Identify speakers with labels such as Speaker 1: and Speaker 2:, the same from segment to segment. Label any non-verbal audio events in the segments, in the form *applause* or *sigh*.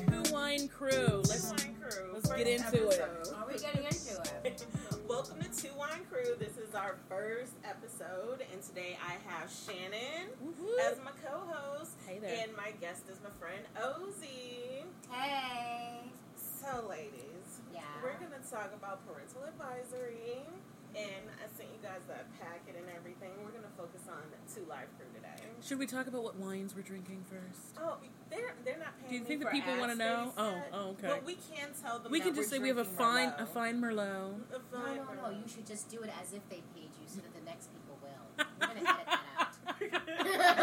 Speaker 1: Um, our first episode, and today I have Shannon
Speaker 2: Woo-hoo.
Speaker 1: as my co-host,
Speaker 2: Hey there.
Speaker 1: and my guest is my friend Ozzy.
Speaker 3: Hey.
Speaker 1: So, ladies,
Speaker 3: Yeah.
Speaker 1: we're gonna talk about parental advisory, and I sent you guys that packet and everything. We're gonna focus on two live crew today.
Speaker 2: Should we talk about what wines we're drinking first?
Speaker 1: Oh, they're they're not paying.
Speaker 2: Do you
Speaker 1: me
Speaker 2: think the
Speaker 1: for
Speaker 2: people wanna
Speaker 1: ads,
Speaker 2: know?
Speaker 1: they
Speaker 2: Oh,
Speaker 1: said.
Speaker 2: oh, okay.
Speaker 1: But we can tell them.
Speaker 2: We
Speaker 1: that
Speaker 2: can just
Speaker 1: we're
Speaker 2: say we have a
Speaker 1: drinking
Speaker 2: fine a
Speaker 1: Merlot.
Speaker 2: fine merlot.
Speaker 1: A
Speaker 3: No,
Speaker 1: fine
Speaker 3: no, no.
Speaker 1: Merlot.
Speaker 3: You should just do it as if they paid you so that the next people will. We're going to edit
Speaker 1: *laughs*
Speaker 3: that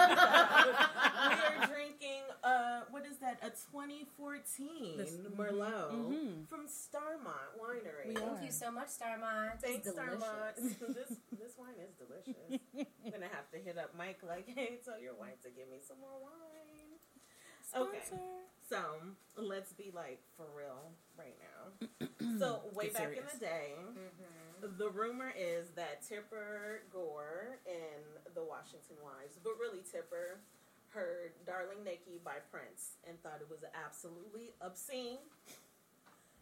Speaker 3: out.
Speaker 1: we are drinking uh what is that a 2014
Speaker 2: This-
Speaker 1: merlot
Speaker 2: mhm.
Speaker 1: from starmont winery
Speaker 2: We are.
Speaker 3: *laughs* Thank you so much, Starmont.
Speaker 1: Thanks,
Speaker 3: It's
Speaker 2: *laughs*
Speaker 3: delicious.
Speaker 1: Starmont. this this wine is delicious. I'm gonna have to hit up Mike like, hey, tell your wife to give me some more wine. Okay.
Speaker 2: Sponsor.
Speaker 1: So let's be like for real right
Speaker 2: *clears throat*
Speaker 1: now. so way
Speaker 2: Get
Speaker 1: back in
Speaker 2: serious.
Speaker 1: the day, Mm-hmm. the rumor is that Tipper Gore and the Washington Wives, but really Tipper, heard "Darling Nikki" by Prince and thought it was absolutely obscene.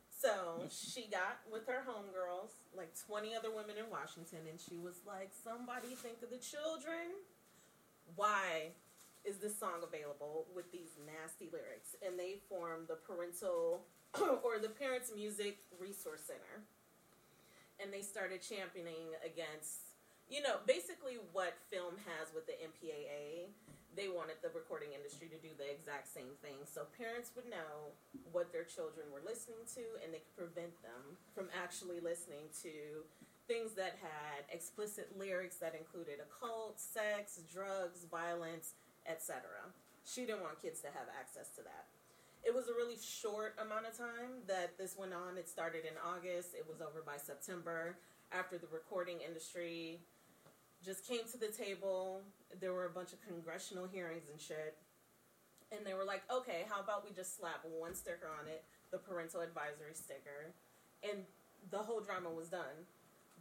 Speaker 1: So she got with her homegirls, like 20 other women in Washington, and she was like, Somebody think of the children. Why is this song available with these nasty lyrics? And they formed the Parental *clears throat* or the Parents Music Resource Center. And they started championing against, you know, basically what film has with the MPAA. They wanted the recording industry to do the exact same thing. So parents would know what their children were listening to and they could prevent them from actually listening to things that had explicit lyrics that included occult, sex, drugs, violence, etc. She didn't want kids to have access to that. It was a really short amount of time that this went on. It started in August, it was over by September after the recording industry just came to the table. There were a bunch of congressional hearings and shit and they were like, okay, how about we just slap one sticker on it, the parental advisory sticker, and the whole drama was done.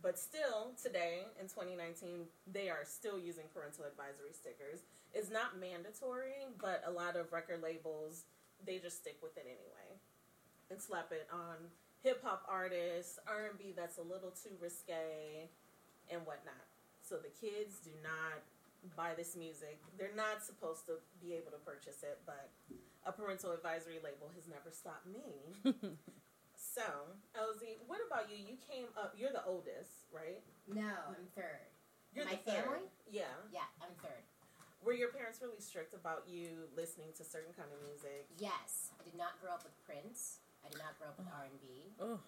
Speaker 1: But still, today in 2019, they are still using parental advisory stickers. It's not mandatory, but a lot of record labels they just stick with it anyway, and slap it on hip hop artists, R&B that's a little too risque, and whatnot. So the kids do not buy this music. They're not supposed to be able to purchase it, but a parental advisory label has never stopped me. so, Elsie, what about you? You came up, you're the oldest, right?
Speaker 3: No, I'm third.
Speaker 1: You're
Speaker 3: My
Speaker 1: the third.
Speaker 3: family?
Speaker 1: Yeah.
Speaker 3: Yeah, I'm third.
Speaker 1: Were your parents really strict about you listening to certain kind of music?
Speaker 3: Yes, I did not grow up with Prince. I did not grow up with R&B.
Speaker 2: Oh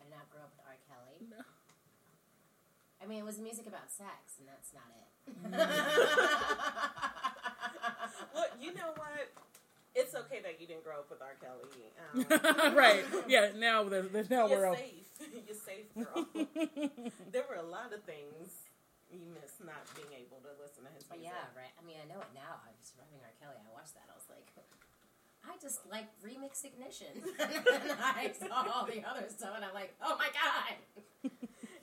Speaker 3: I did not grow up with R. Kelly.
Speaker 2: no.
Speaker 3: I mean, it was music about sex, and that's not it.
Speaker 1: *laughs*
Speaker 3: *laughs*
Speaker 1: Well, you know what? It's okay that you didn't grow up with R. Kelly. Um,
Speaker 2: *laughs* right. Yeah, now the, the now we're
Speaker 1: you're
Speaker 2: all
Speaker 1: safe. *laughs* you're safe, girl. *laughs* there were a lot of things you missed not being able to listen to his
Speaker 3: But
Speaker 1: music.
Speaker 3: Oh, yeah, right. I mean, I know it now. I was rubbing R. Kelly. I watched that. I was like, I just like remix ignition. *laughs* and then I saw all the other stuff, and I'm like, oh my god.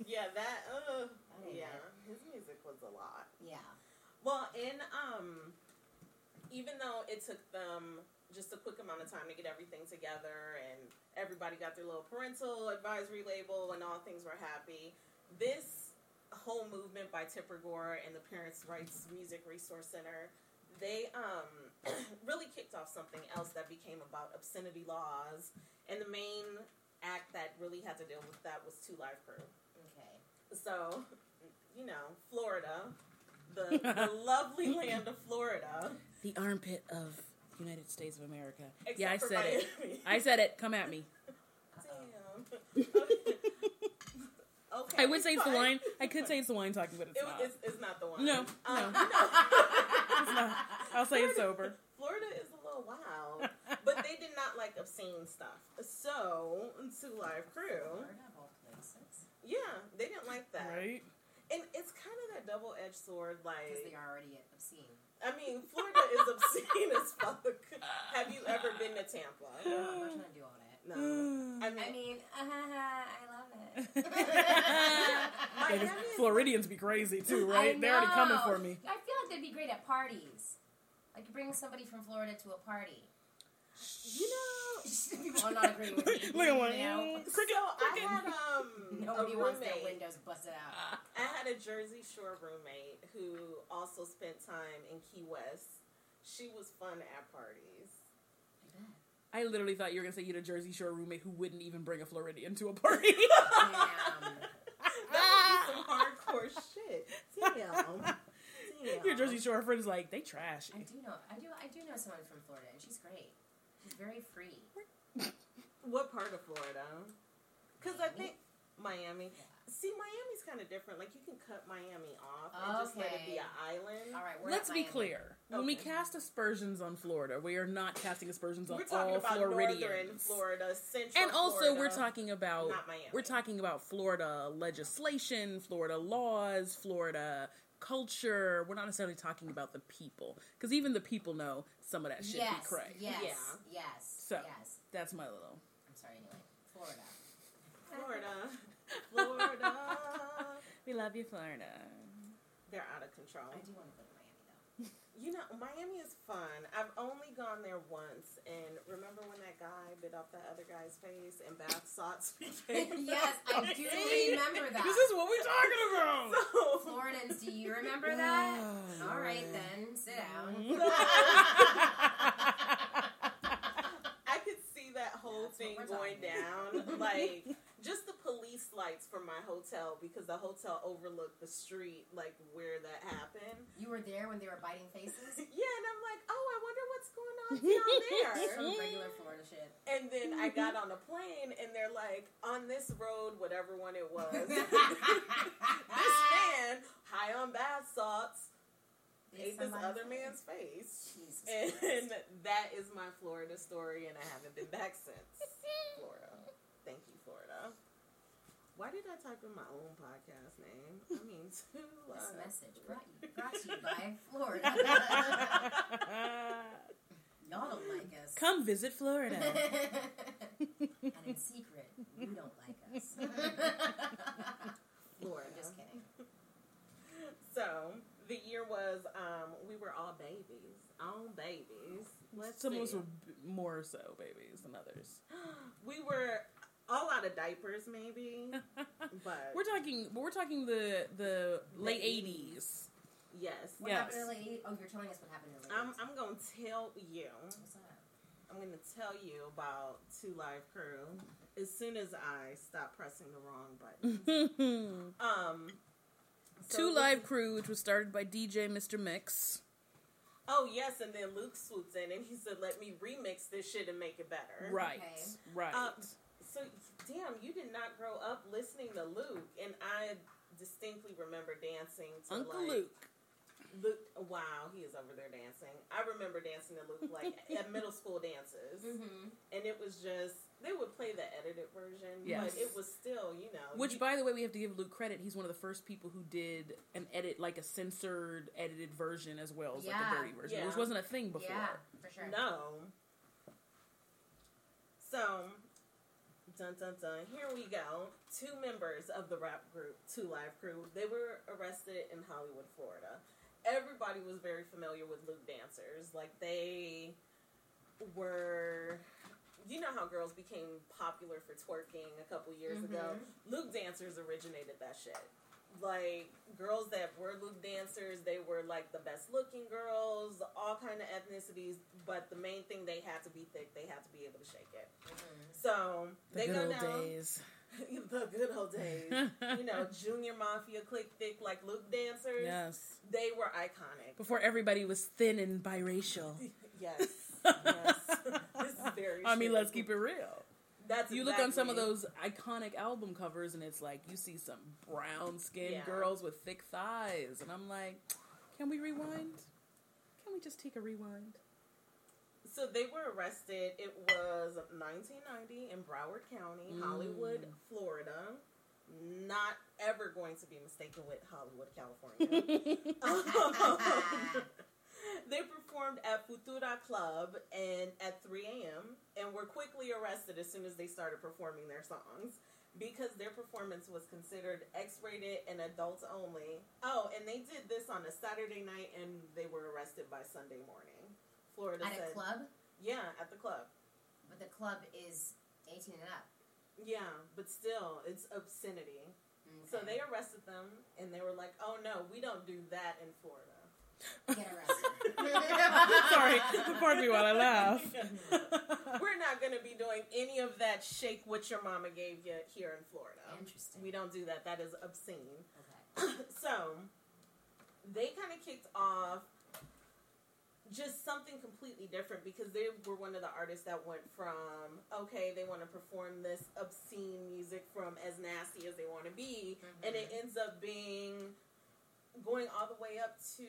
Speaker 1: yeah, that. Uh,
Speaker 3: I didn't
Speaker 1: yeah,
Speaker 3: know.
Speaker 1: his music was a lot.
Speaker 3: Yeah.
Speaker 1: Well, in um, even though it took them just a quick amount of time to get everything together, and everybody got their little parental advisory label, and all things were happy. This whole movement by Tipper Gore and the Parents' Rights Music Resource Center, they um, *clears throat* really kicked off something else that became about obscenity laws, and the main act that really had to deal with that was Two Live Crew.
Speaker 3: Okay.
Speaker 1: So, you know, Florida, the,
Speaker 2: *laughs*
Speaker 1: the lovely land of Florida.
Speaker 2: the armpit of United States of America.
Speaker 1: Except
Speaker 2: yeah, I
Speaker 1: for
Speaker 2: said it.
Speaker 1: Miami.
Speaker 2: I said it. Come at me.
Speaker 1: *laughs* Damn. okay.
Speaker 2: I would say it's the wine.
Speaker 1: fine.
Speaker 2: I could say it's the wine talking, but it's
Speaker 1: It,
Speaker 2: not.
Speaker 1: it's, it's not the wine.
Speaker 2: no, no,
Speaker 1: Um,
Speaker 2: *laughs* it's
Speaker 3: *laughs*
Speaker 2: not. I'll say it's over.
Speaker 1: *laughs* Florida is a little wild, *laughs*
Speaker 2: *laughs*
Speaker 1: but they did not like obscene stuff. So, to Live Crew,
Speaker 3: Florida, of all places.
Speaker 1: yeah, they didn't like that.
Speaker 2: Right?
Speaker 1: And it's kind of that double edged sword,
Speaker 3: Because
Speaker 1: like.
Speaker 3: they are already obscene.
Speaker 2: *gasps*
Speaker 1: I mean, Florida is obscene *laughs* as fuck.
Speaker 2: *sighs*
Speaker 1: Have you ever been to Tampa?
Speaker 2: *gasps*
Speaker 3: I'm not trying to do all that.
Speaker 1: No. I mean,
Speaker 2: *laughs*
Speaker 3: I mean, *laughs* I love it. *laughs*
Speaker 2: Yeah, the
Speaker 1: Miami is-
Speaker 2: Floridians be crazy too, right?
Speaker 3: I
Speaker 2: They're already coming
Speaker 3: know.
Speaker 2: for me.
Speaker 3: I feel like they'd be great at parties. Like, you bring somebody from Florida to a party.
Speaker 1: you know,
Speaker 3: People are not
Speaker 2: *laughs*
Speaker 3: agreeing with me.
Speaker 2: Look at one.
Speaker 3: No.
Speaker 2: Mm, Cricket.
Speaker 1: so I
Speaker 2: cricket.
Speaker 1: had
Speaker 2: *laughs*
Speaker 1: um
Speaker 3: Nobody
Speaker 1: a
Speaker 3: wants their
Speaker 1: roommate.
Speaker 3: windows busted out.
Speaker 1: I had a Jersey Shore roommate who also spent time in Key West. She was fun at parties. *laughs*
Speaker 2: I literally thought you were gonna say you had a Jersey Shore roommate who wouldn't even bring a Floridian to a party.
Speaker 1: *laughs*
Speaker 3: Damn.
Speaker 1: That
Speaker 2: *laughs*
Speaker 1: would be some
Speaker 2: Ah!
Speaker 1: hardcore shit. Damn. Damn.
Speaker 2: Your Jersey Shore friends like they trash.
Speaker 3: I do know. I do. I do know someone from Florida, and she's great. She's very free.
Speaker 1: What part of Florida? Because I think Miami. See, Miami's kind of different. Like you can cut Miami off and just let it be
Speaker 3: Okay.
Speaker 1: an island.
Speaker 3: All right. We're
Speaker 2: Let's
Speaker 3: not
Speaker 2: be
Speaker 3: Miami.
Speaker 2: clear. When we
Speaker 1: Okay.
Speaker 2: cast aspersions on Florida, we are not casting aspersions on
Speaker 1: We're talking
Speaker 2: all
Speaker 1: about northern
Speaker 2: Floridians.
Speaker 1: Florida, central,
Speaker 2: And also,
Speaker 1: Florida,
Speaker 2: we're talking about
Speaker 1: not Miami.
Speaker 2: we're talking about Florida legislation, Florida laws, Florida culture. We're not necessarily talking about the people because even the people know some of that shit
Speaker 3: Yes.
Speaker 2: be cray.
Speaker 3: Yes.
Speaker 1: Yeah.
Speaker 3: Yes.
Speaker 2: So.
Speaker 3: Yes.
Speaker 2: That's my little.
Speaker 3: I'm sorry. Anyway, Florida.
Speaker 1: Florida,
Speaker 2: *laughs*
Speaker 1: Florida.
Speaker 2: We love you, Florida.
Speaker 1: They're out of control.
Speaker 3: I do want to go to Miami though.
Speaker 1: You know, Miami is fun. I've only gone there once, and remember when that guy bit off that other guy's face and bath salts *laughs*
Speaker 2: *laughs*
Speaker 1: became.
Speaker 3: *laughs* yes, I do remember that.
Speaker 2: This is what we're talking
Speaker 1: *laughs*
Speaker 2: about.
Speaker 1: So,
Speaker 3: Floridians, do you
Speaker 2: *sighs*
Speaker 3: remember that?
Speaker 2: *laughs*
Speaker 3: All right then, sit
Speaker 2: Mm-hmm.
Speaker 3: down.
Speaker 1: I could see that whole
Speaker 3: That's what
Speaker 1: thing
Speaker 3: we're
Speaker 1: going
Speaker 3: talking *laughs*
Speaker 1: down, *laughs* like just the police lights from my hotel because the hotel overlooked the street, like where that happened. *laughs*
Speaker 3: you were there when they were biting faces.
Speaker 1: Yeah, and I'm like, oh, I wonder what's going on down
Speaker 3: *laughs*
Speaker 1: there.
Speaker 3: Some regular Florida shit.
Speaker 1: And then I got on a plane, and they're like, on this road, whatever one it
Speaker 3: *laughs*
Speaker 1: was, this man, high on bath salts, ate this
Speaker 3: Somebody-
Speaker 1: other man's face.
Speaker 3: Jesus
Speaker 1: And *laughs*
Speaker 3: Christ.
Speaker 1: that is my Florida story, and I haven't been back
Speaker 3: *laughs*
Speaker 1: since. Florida. Thank you, Florida. Why did I type in my own podcast name?
Speaker 3: *laughs*
Speaker 1: I mean, *laughs* too uh,
Speaker 3: This
Speaker 1: loud. *laughs*
Speaker 3: message brought, you, brought to you by Florida. Y'all don't like us.
Speaker 2: Come visit Florida.
Speaker 3: *laughs* and in secret, you don't like us. *laughs* I'm
Speaker 1: Florida.
Speaker 3: just kidding.
Speaker 1: So the year was um, we were all babies, all babies. *laughs* Let's
Speaker 2: Some of
Speaker 1: see. *gasps*
Speaker 2: us were b- more so babies than others. *laughs*
Speaker 1: we were all out of diapers, maybe,
Speaker 3: *laughs*
Speaker 1: but
Speaker 2: we're talking. We're talking the the late '80s.
Speaker 3: 80s.
Speaker 1: yes,
Speaker 3: What
Speaker 2: Yes.
Speaker 3: happened in the late 80s? Oh, you're telling us what happened in the late
Speaker 1: I'm
Speaker 3: 80s.
Speaker 1: I'm gonna tell you.
Speaker 3: What's up?
Speaker 1: I'm gonna tell you about Two Live Crew as soon as I stop pressing the wrong button.
Speaker 2: *laughs* Two
Speaker 1: Um, so this-
Speaker 2: Mm. Live Crew, which was started by DJ Mr. Mix.
Speaker 1: Oh yes, and then Luke swoops in and he said, "Let me remix this shit and make it better."
Speaker 2: Right,
Speaker 3: Okay.
Speaker 2: right.
Speaker 1: Um, So, damn, you did not grow up listening to Luke, and I distinctly remember dancing to
Speaker 2: Uncle
Speaker 1: like
Speaker 2: Luke.
Speaker 1: Luke. Wow, he is over there dancing. I remember dancing to Luke
Speaker 2: *laughs*
Speaker 1: like at middle school dances,
Speaker 3: Mm-hmm.
Speaker 1: and it was just they would play the edited version,
Speaker 2: Yes.
Speaker 1: but it was still, you know,
Speaker 2: Which,
Speaker 1: um, you-
Speaker 2: by the way, we have to give Luke credit. He's one of the first people who did an edit, like a censored, edited version as well as like
Speaker 3: Yeah.
Speaker 2: a dirty version,
Speaker 1: Yeah.
Speaker 2: which wasn't a thing before.
Speaker 3: Yeah, for sure.
Speaker 1: no. So, dun dun dun. Here we go. Two members of the rap group Two Live Crew. They were arrested in Hollywood, Florida. Everybody was very familiar with Luke dancers. Like they were. You know how girls became popular for twerking a couple years ago. Luke dancers originated that shit. Like girls that were Luke dancers, they were like the best looking girls, all kind of ethnicities. But the main thing, they had to be thick. They had to be able to shake it.
Speaker 3: Mhm.
Speaker 1: So
Speaker 2: The
Speaker 1: they
Speaker 2: good
Speaker 1: go
Speaker 2: old
Speaker 1: down
Speaker 2: days.
Speaker 1: *laughs* the good
Speaker 2: *laughs*
Speaker 1: old days. you know, junior mafia, click thick like Luke dancers.
Speaker 2: yes.
Speaker 1: They were iconic.
Speaker 2: Before everybody was thin and biracial.
Speaker 1: *laughs*
Speaker 2: *laughs*
Speaker 1: yes. Yes. This is very
Speaker 2: I mean,
Speaker 1: true.
Speaker 2: let's keep it real.
Speaker 1: That's
Speaker 2: You look on some of
Speaker 1: exactly-
Speaker 2: those iconic album covers, and it's like you see some brown skinned
Speaker 1: Yeah.
Speaker 2: girls with thick thighs, and I'm like, can we rewind? Can we just take a rewind? *laughs*
Speaker 1: So they were arrested. It was 1990 in Broward County,
Speaker 2: Mm.
Speaker 1: Hollywood, Florida. Not ever going to be mistaken with Hollywood,
Speaker 2: *laughs*
Speaker 1: California. *laughs* they performed at Futura Club and at 3 a.m. and were quickly arrested as soon as they started performing their songs because their performance was considered X-rated and adults only. Oh, and they did this on a Saturday night and they were arrested by Sunday morning. Florida
Speaker 3: At
Speaker 1: said,
Speaker 3: a club?
Speaker 1: yeah, at the club.
Speaker 3: But the club is 18 and up.
Speaker 1: Yeah, but still, it's obscenity. So
Speaker 3: Okay.
Speaker 1: they arrested them, and they were like, "Oh no, we don't do that in Florida."
Speaker 3: get arrested.
Speaker 2: *laughs* Sorry, pardon me while I *laughs* laugh.
Speaker 1: *laughs* We're not going to be doing any of that shake what your mama gave you here in Florida.
Speaker 3: Interesting.
Speaker 1: We don't do that. That is obscene.
Speaker 3: okay.
Speaker 1: so they kind of kicked off just something completely different because they were one of the artists that went from okay they want to perform this obscene music from as nasty as they want to be and it ends up being going all the way up to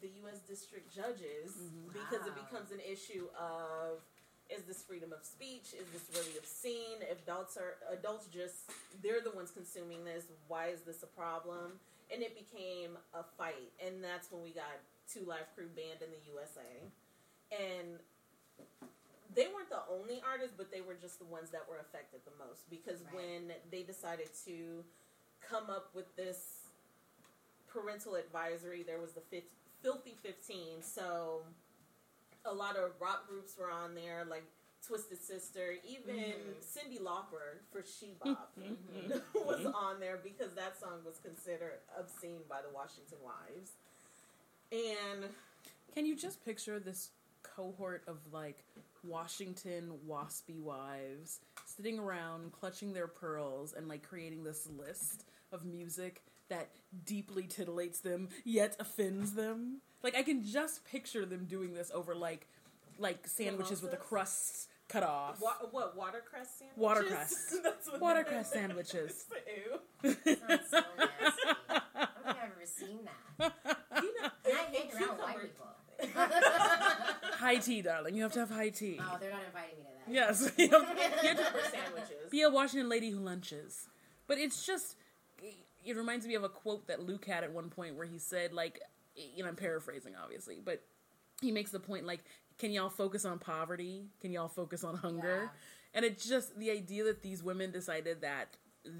Speaker 1: the US district judges
Speaker 2: Mhm.
Speaker 1: because it
Speaker 3: Wow.
Speaker 1: becomes an issue of is this freedom of speech? Is this really obscene? If adults are adults just they're the ones consuming this, why is this a problem? And it became a fight and that's when we got Two Live Crew banned in the USA. And they weren't the only artists, but they were just the ones that were affected the most because
Speaker 3: Right.
Speaker 1: when they decided to come up with this parental advisory, there was the fif- Filthy 15. So a lot of rock groups were on there, like Twisted Sister, even
Speaker 3: Mhm.
Speaker 1: Cindy Lauper for She Bop
Speaker 2: Mm-hmm.
Speaker 3: Mhm.
Speaker 1: *laughs* was on there because that song was considered obscene by the Washington Wives. And
Speaker 2: Can you just picture this cohort of like Washington waspy wives sitting around clutching their pearls and like creating this list of music that deeply titillates them yet offends them? Like I can just picture them doing this over like like sandwiches with the
Speaker 1: Mimosas?
Speaker 2: crusts cut off. *laughs*
Speaker 1: wa- what, watercress sandwiches?
Speaker 2: Watercress.
Speaker 1: *laughs* That's what
Speaker 2: Watercress sandwiches.
Speaker 1: *laughs* Ew.
Speaker 3: Sounds so nasty. I don't think I've ever seen that.
Speaker 1: You know,
Speaker 3: And I hang
Speaker 1: and
Speaker 3: around with white
Speaker 1: cucumber-
Speaker 3: people.
Speaker 2: *laughs* high tea, darling. You have to have high tea.
Speaker 3: Oh, they're not inviting me to that. *laughs*
Speaker 2: Yes. *laughs* You
Speaker 1: *laughs*
Speaker 2: have- you have to- *laughs*
Speaker 1: cucumber sandwiches.
Speaker 2: be a Washington lady who lunches. But it's just, it reminds me of a quote that Luke had at one point where he said, like, you know, I'm paraphrasing obviously, but he makes the point, like, can y'all focus on poverty? Can y'all focus on hunger?
Speaker 3: Yeah.
Speaker 2: And it's just the idea that these women decided that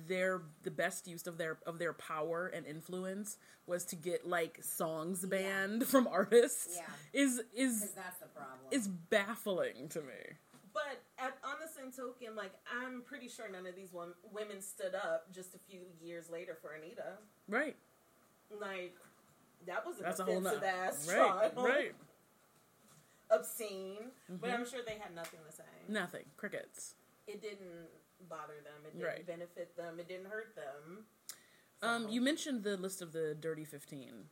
Speaker 2: their the best use of their of their power and influence was to get like songs banned from artists
Speaker 3: Yeah.
Speaker 2: is
Speaker 3: Because
Speaker 2: is
Speaker 3: that's the problem.
Speaker 2: is baffling to me.
Speaker 1: But at, on the same token, like I'm pretty sure none of these wom- women stood up just a few years later for Anita.
Speaker 2: Right.
Speaker 1: Like that was an
Speaker 2: That's a whole
Speaker 1: offensive
Speaker 2: nother
Speaker 1: ass
Speaker 2: Right.
Speaker 1: trial.
Speaker 2: Right. Mm-hmm.
Speaker 1: Obscene. But I'm sure they had nothing to say.
Speaker 2: Nothing. Crickets.
Speaker 1: It didn't bother them. It didn't
Speaker 2: Right.
Speaker 1: benefit them. It didn't hurt them.
Speaker 2: Um,
Speaker 1: So,
Speaker 2: you mentioned the list of the Dirty 15.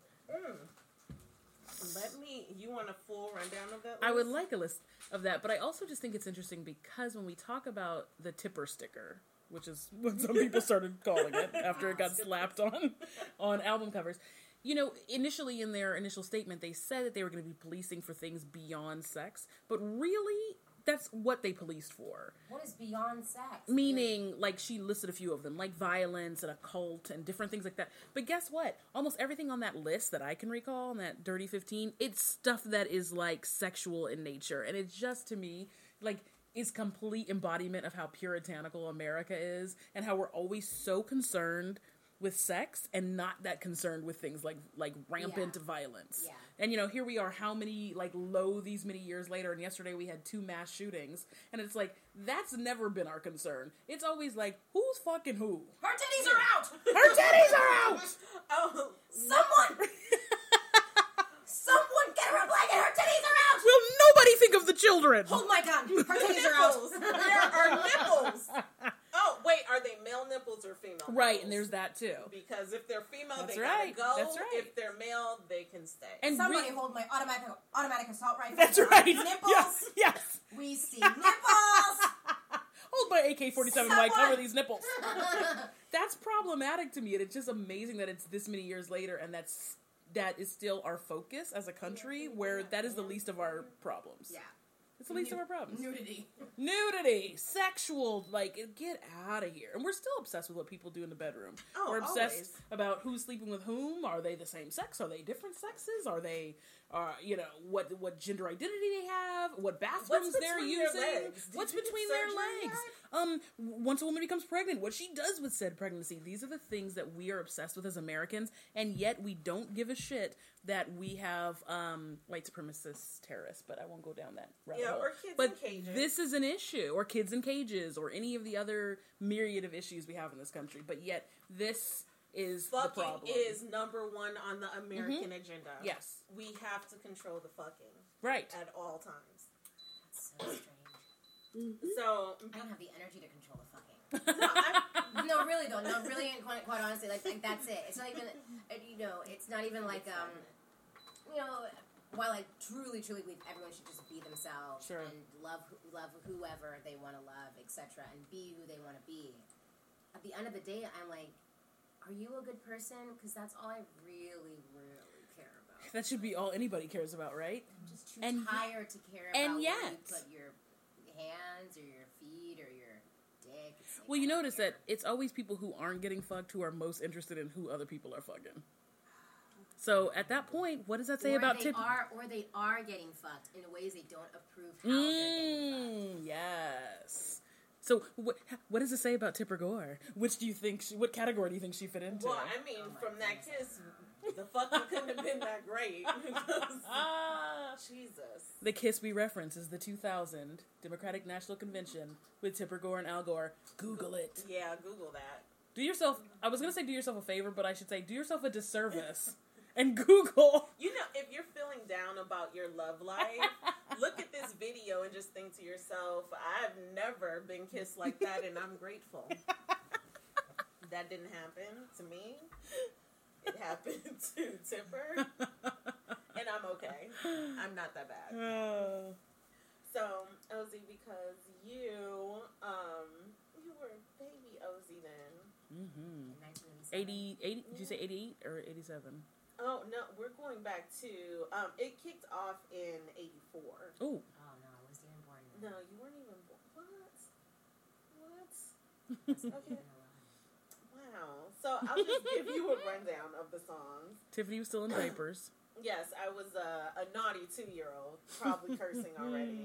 Speaker 1: mm. Let me. You want a full rundown of that?
Speaker 2: I would
Speaker 1: list?
Speaker 2: like a list of that, but I also just think it's interesting because when we talk about the tipper sticker, which is what some people started calling it after it got slapped on on album covers. You know, initially in their initial statement, they said that they were going to be policing for things beyond sex, but really, that's what they policed for.
Speaker 3: what is beyond sex?
Speaker 2: Meaning, like she listed a few of them, like violence and occult and different things like that. But guess what? Almost everything on that list that I can recall, on that Dirty 15, it's stuff that is like sexual in nature. And it's just to me, like, is complete embodiment of how puritanical America is and how we're always so concerned with sex and not that concerned with things like like rampant
Speaker 3: Yeah.
Speaker 2: violence.
Speaker 3: Yeah.
Speaker 2: And you know, here we are how many like low these many years later and yesterday we had two mass shootings and it's like that's never been our concern. It's always like who's fucking who?
Speaker 3: Her titties are out!
Speaker 2: Her titties are out. *laughs*
Speaker 1: Oh,
Speaker 3: Someone! Someone get her a blanket! Her titties are out!
Speaker 2: Will nobody think of the children?
Speaker 3: Hold my gun! Her titties are
Speaker 1: nipples.
Speaker 3: out!
Speaker 1: there are nipples. Oh wait, are they male nipples or female?
Speaker 2: *laughs* Right,
Speaker 1: nipples?
Speaker 2: and there's that too.
Speaker 1: Because if they're female,
Speaker 2: That's
Speaker 1: they
Speaker 2: right.
Speaker 1: gotta go.
Speaker 2: That's right.
Speaker 1: If they're male, they can stay.
Speaker 2: And
Speaker 3: *laughs* Somebody
Speaker 2: re-
Speaker 3: hold my automatic automatic assault
Speaker 2: *laughs*
Speaker 3: rifle.
Speaker 2: That's right.
Speaker 3: Nipples.
Speaker 2: Yes. Yes.
Speaker 3: We see *laughs* nipples.
Speaker 2: *laughs* Hold my AK-47 while I cover
Speaker 3: Someone-
Speaker 2: these *laughs* nipples. that's problematic to me and it's just amazing that it's this many years later and that's that is still our focus as a country where that is the least of our problems
Speaker 3: yeah.
Speaker 2: it's the least of our problems
Speaker 3: Nudity.
Speaker 2: nudity sexual like get out of here and we're still obsessed with what people do in the bedroom
Speaker 1: Oh,
Speaker 2: we're obsessed
Speaker 1: always.
Speaker 2: about who's sleeping with whom are they the same sex are they different sexes are they uh, you know what what gender identity they have, what bathrooms they're
Speaker 1: between their
Speaker 2: using,
Speaker 1: legs? Did
Speaker 2: what's
Speaker 1: you do
Speaker 2: between their
Speaker 1: surgery
Speaker 2: legs. Um, w- once a woman becomes pregnant, what she does with said pregnancy. These are the things that we are obsessed with as Americans, and yet we don't give a shit that we have um, white supremacist terrorists. But I won't go down that rabbit
Speaker 1: Yeah,
Speaker 2: hole.
Speaker 1: or kids
Speaker 2: but
Speaker 1: in cages.
Speaker 2: this is an issue, or kids in cages, or any of the other myriad of issues we have in this country. But yet this is the
Speaker 1: fucking
Speaker 2: problem. Mm-hmm.
Speaker 1: is number one on the American agenda.
Speaker 2: Yes.
Speaker 1: We have to control the fucking *laughs*
Speaker 2: right.
Speaker 1: at all times.
Speaker 3: That's so strange.
Speaker 2: Mm-hmm.
Speaker 1: So
Speaker 3: I don't have the energy to control the fucking.
Speaker 2: *laughs*
Speaker 1: I-
Speaker 3: no, really though. No, really, and quite, quite honestly, like, like that's it. It's not even, uh, you know, it's not even like, um, you know, while I truly, truly believe everyone should just be themselves
Speaker 2: Sure.
Speaker 3: and love, who- love whoever they want to love, etc., and be who they want to be. At the end of the day, I'm like, are you a good person? Because that's all I really, really care about.
Speaker 2: That should be all anybody cares about, right?
Speaker 3: I'm just too
Speaker 2: And ye-
Speaker 3: tired to care about
Speaker 2: and
Speaker 3: where you
Speaker 2: yet-
Speaker 3: put your hands or your feet or your dick. It's like,
Speaker 2: Well,
Speaker 3: I
Speaker 2: you
Speaker 3: don't
Speaker 2: notice
Speaker 3: care.
Speaker 2: that it's always people who aren't getting fucked who are most interested in who other people are fucking. So at that point, what does that say
Speaker 3: or
Speaker 2: about
Speaker 3: they
Speaker 2: tip?
Speaker 3: are or they are getting fucked in ways they don't approve how they're getting fucked.
Speaker 2: Mm, yes. So what what does it say about Tipper Gore? Which do you think? She, what category do you think she fit into?
Speaker 1: well, I mean,
Speaker 3: Oh my
Speaker 1: from that
Speaker 3: goodness.
Speaker 1: kiss, the fucking couldn't have been that great. *laughs*
Speaker 2: Ah.
Speaker 1: Jesus.
Speaker 2: the kiss we reference is the 2000 Democratic National Convention with Tipper Gore and Al Gore. Google it.
Speaker 1: Yeah, Google that.
Speaker 2: Do yourself. I was gonna say do yourself a favor, but I should say do yourself a disservice and Google.
Speaker 1: You know, if you're feeling down about your love life, look at this video and just think to yourself, I've never been kissed like that and I'm grateful. That didn't happen to me. It happened *laughs* to Tipper and I'm okay. I'm not that bad.
Speaker 2: Oh.
Speaker 1: So, Ozzy, because you um you were baby Ozzy then.
Speaker 2: Mhm.
Speaker 3: In 1987.
Speaker 2: 80, 80 did you say 88 or 87?
Speaker 1: Oh no, we're going back to um it kicked off in eighty four.
Speaker 2: Oh,
Speaker 3: Oh no, I wasn't even born.
Speaker 1: *laughs* No, you weren't even born. What? What?
Speaker 3: Okay.
Speaker 1: Wow. So I'll just give you a rundown of the songs.
Speaker 2: Tiffany was still in diapers.
Speaker 1: Yes, I was a, a naughty two year old,
Speaker 2: *laughs*
Speaker 1: probably cursing already.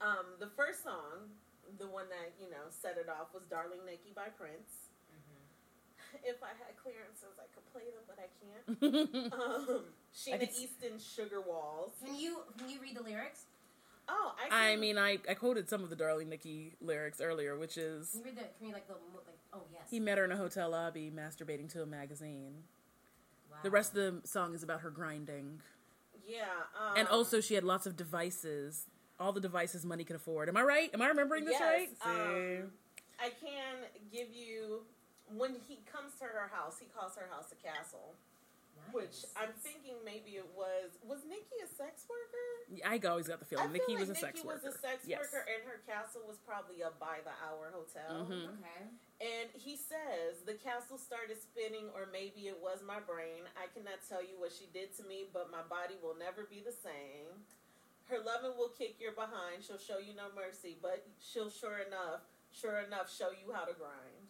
Speaker 1: Um, the first song, the one that, you know, set it off was Darling Nikki by Prince. *laughs*
Speaker 3: Mm-hmm.
Speaker 1: If I had clearances, I could play them, but I can't. Um,
Speaker 2: I
Speaker 1: Sheena
Speaker 2: could s-
Speaker 1: Easton, Sugar Walls.
Speaker 3: Can you can you read the lyrics?
Speaker 1: Oh, I,
Speaker 2: I
Speaker 1: can-
Speaker 2: mean, I, I quoted some of the Darling Nikki lyrics earlier, which is
Speaker 3: Can you read the can you like the mo- like oh yes.
Speaker 2: he met her in a hotel lobby masturbating to a magazine.
Speaker 3: Wow.
Speaker 2: The rest of the song is about her grinding.
Speaker 1: yeah. Um,
Speaker 2: And also, she had lots of devices, all the devices money could afford. Am I right? Am I remembering this
Speaker 1: Yes,
Speaker 2: right?
Speaker 1: um, I can give you when he comes to her house. He calls her house a castle,
Speaker 3: Nice.
Speaker 1: which I'm thinking maybe it was was Nikki a sex worker?
Speaker 2: See? I always got the
Speaker 1: I
Speaker 2: feeling Nikki was a sex
Speaker 1: Nikki was
Speaker 2: worker.
Speaker 1: a sex
Speaker 2: Yes.
Speaker 1: worker, and her castle was probably a by the hour hotel.
Speaker 2: Mhm.
Speaker 3: Okay.
Speaker 1: And he says the castle started spinning, or maybe it was my brain. I cannot tell you what she did to me, but my body will never be the same. Her loving will kick your behind. She'll show you no mercy, but she'll sure enough, sure enough, show you how to grind.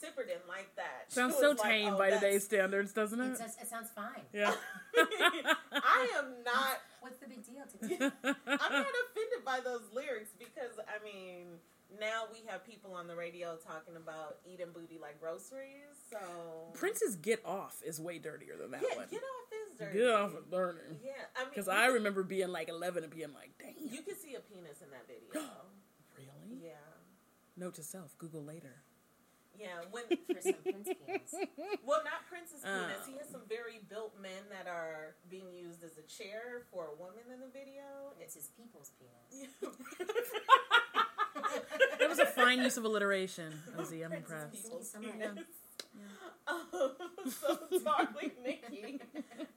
Speaker 1: Tipper didn't like that. *laughs* She
Speaker 2: Sounds
Speaker 1: was
Speaker 2: so
Speaker 1: like,
Speaker 2: tame
Speaker 1: "Oh,
Speaker 2: by
Speaker 1: that's-
Speaker 2: today's standards, doesn't
Speaker 3: It,
Speaker 2: it?
Speaker 3: says, it sounds fine.
Speaker 2: *laughs* yeah.
Speaker 1: *laughs* I am not.
Speaker 3: What's the big deal
Speaker 2: *laughs*
Speaker 3: to do?
Speaker 1: *laughs* I'm not offended by those lyrics because I mean now we have people on the radio talking about eating booty like groceries. So
Speaker 2: Prince's Get Off is way dirtier than that
Speaker 1: yeah,
Speaker 2: one.
Speaker 1: get off his dirty.
Speaker 2: Get off of dirty.
Speaker 1: Yeah, I mean,
Speaker 2: Because
Speaker 1: you
Speaker 2: I
Speaker 1: could-
Speaker 2: remember being like 11 and being like, damn.
Speaker 1: you can see a penis in that video.
Speaker 2: *gasps* really?
Speaker 1: yeah,
Speaker 2: Note to self, Google
Speaker 1: *laughs*
Speaker 2: later.
Speaker 1: yeah. When
Speaker 3: For some Prince fans.
Speaker 1: well, not Prince's penis. He has
Speaker 2: Um.
Speaker 1: some very built men that are being used as a chair for a woman in the video.
Speaker 3: It's his people's penis.
Speaker 2: *laughs* That was a fine use of alliteration, Ozzy. I'm
Speaker 1: Prince's
Speaker 2: impressed.
Speaker 1: people's
Speaker 3: Thank you so
Speaker 1: penis.
Speaker 2: much.
Speaker 1: *laughs* Um, so darling Nikki,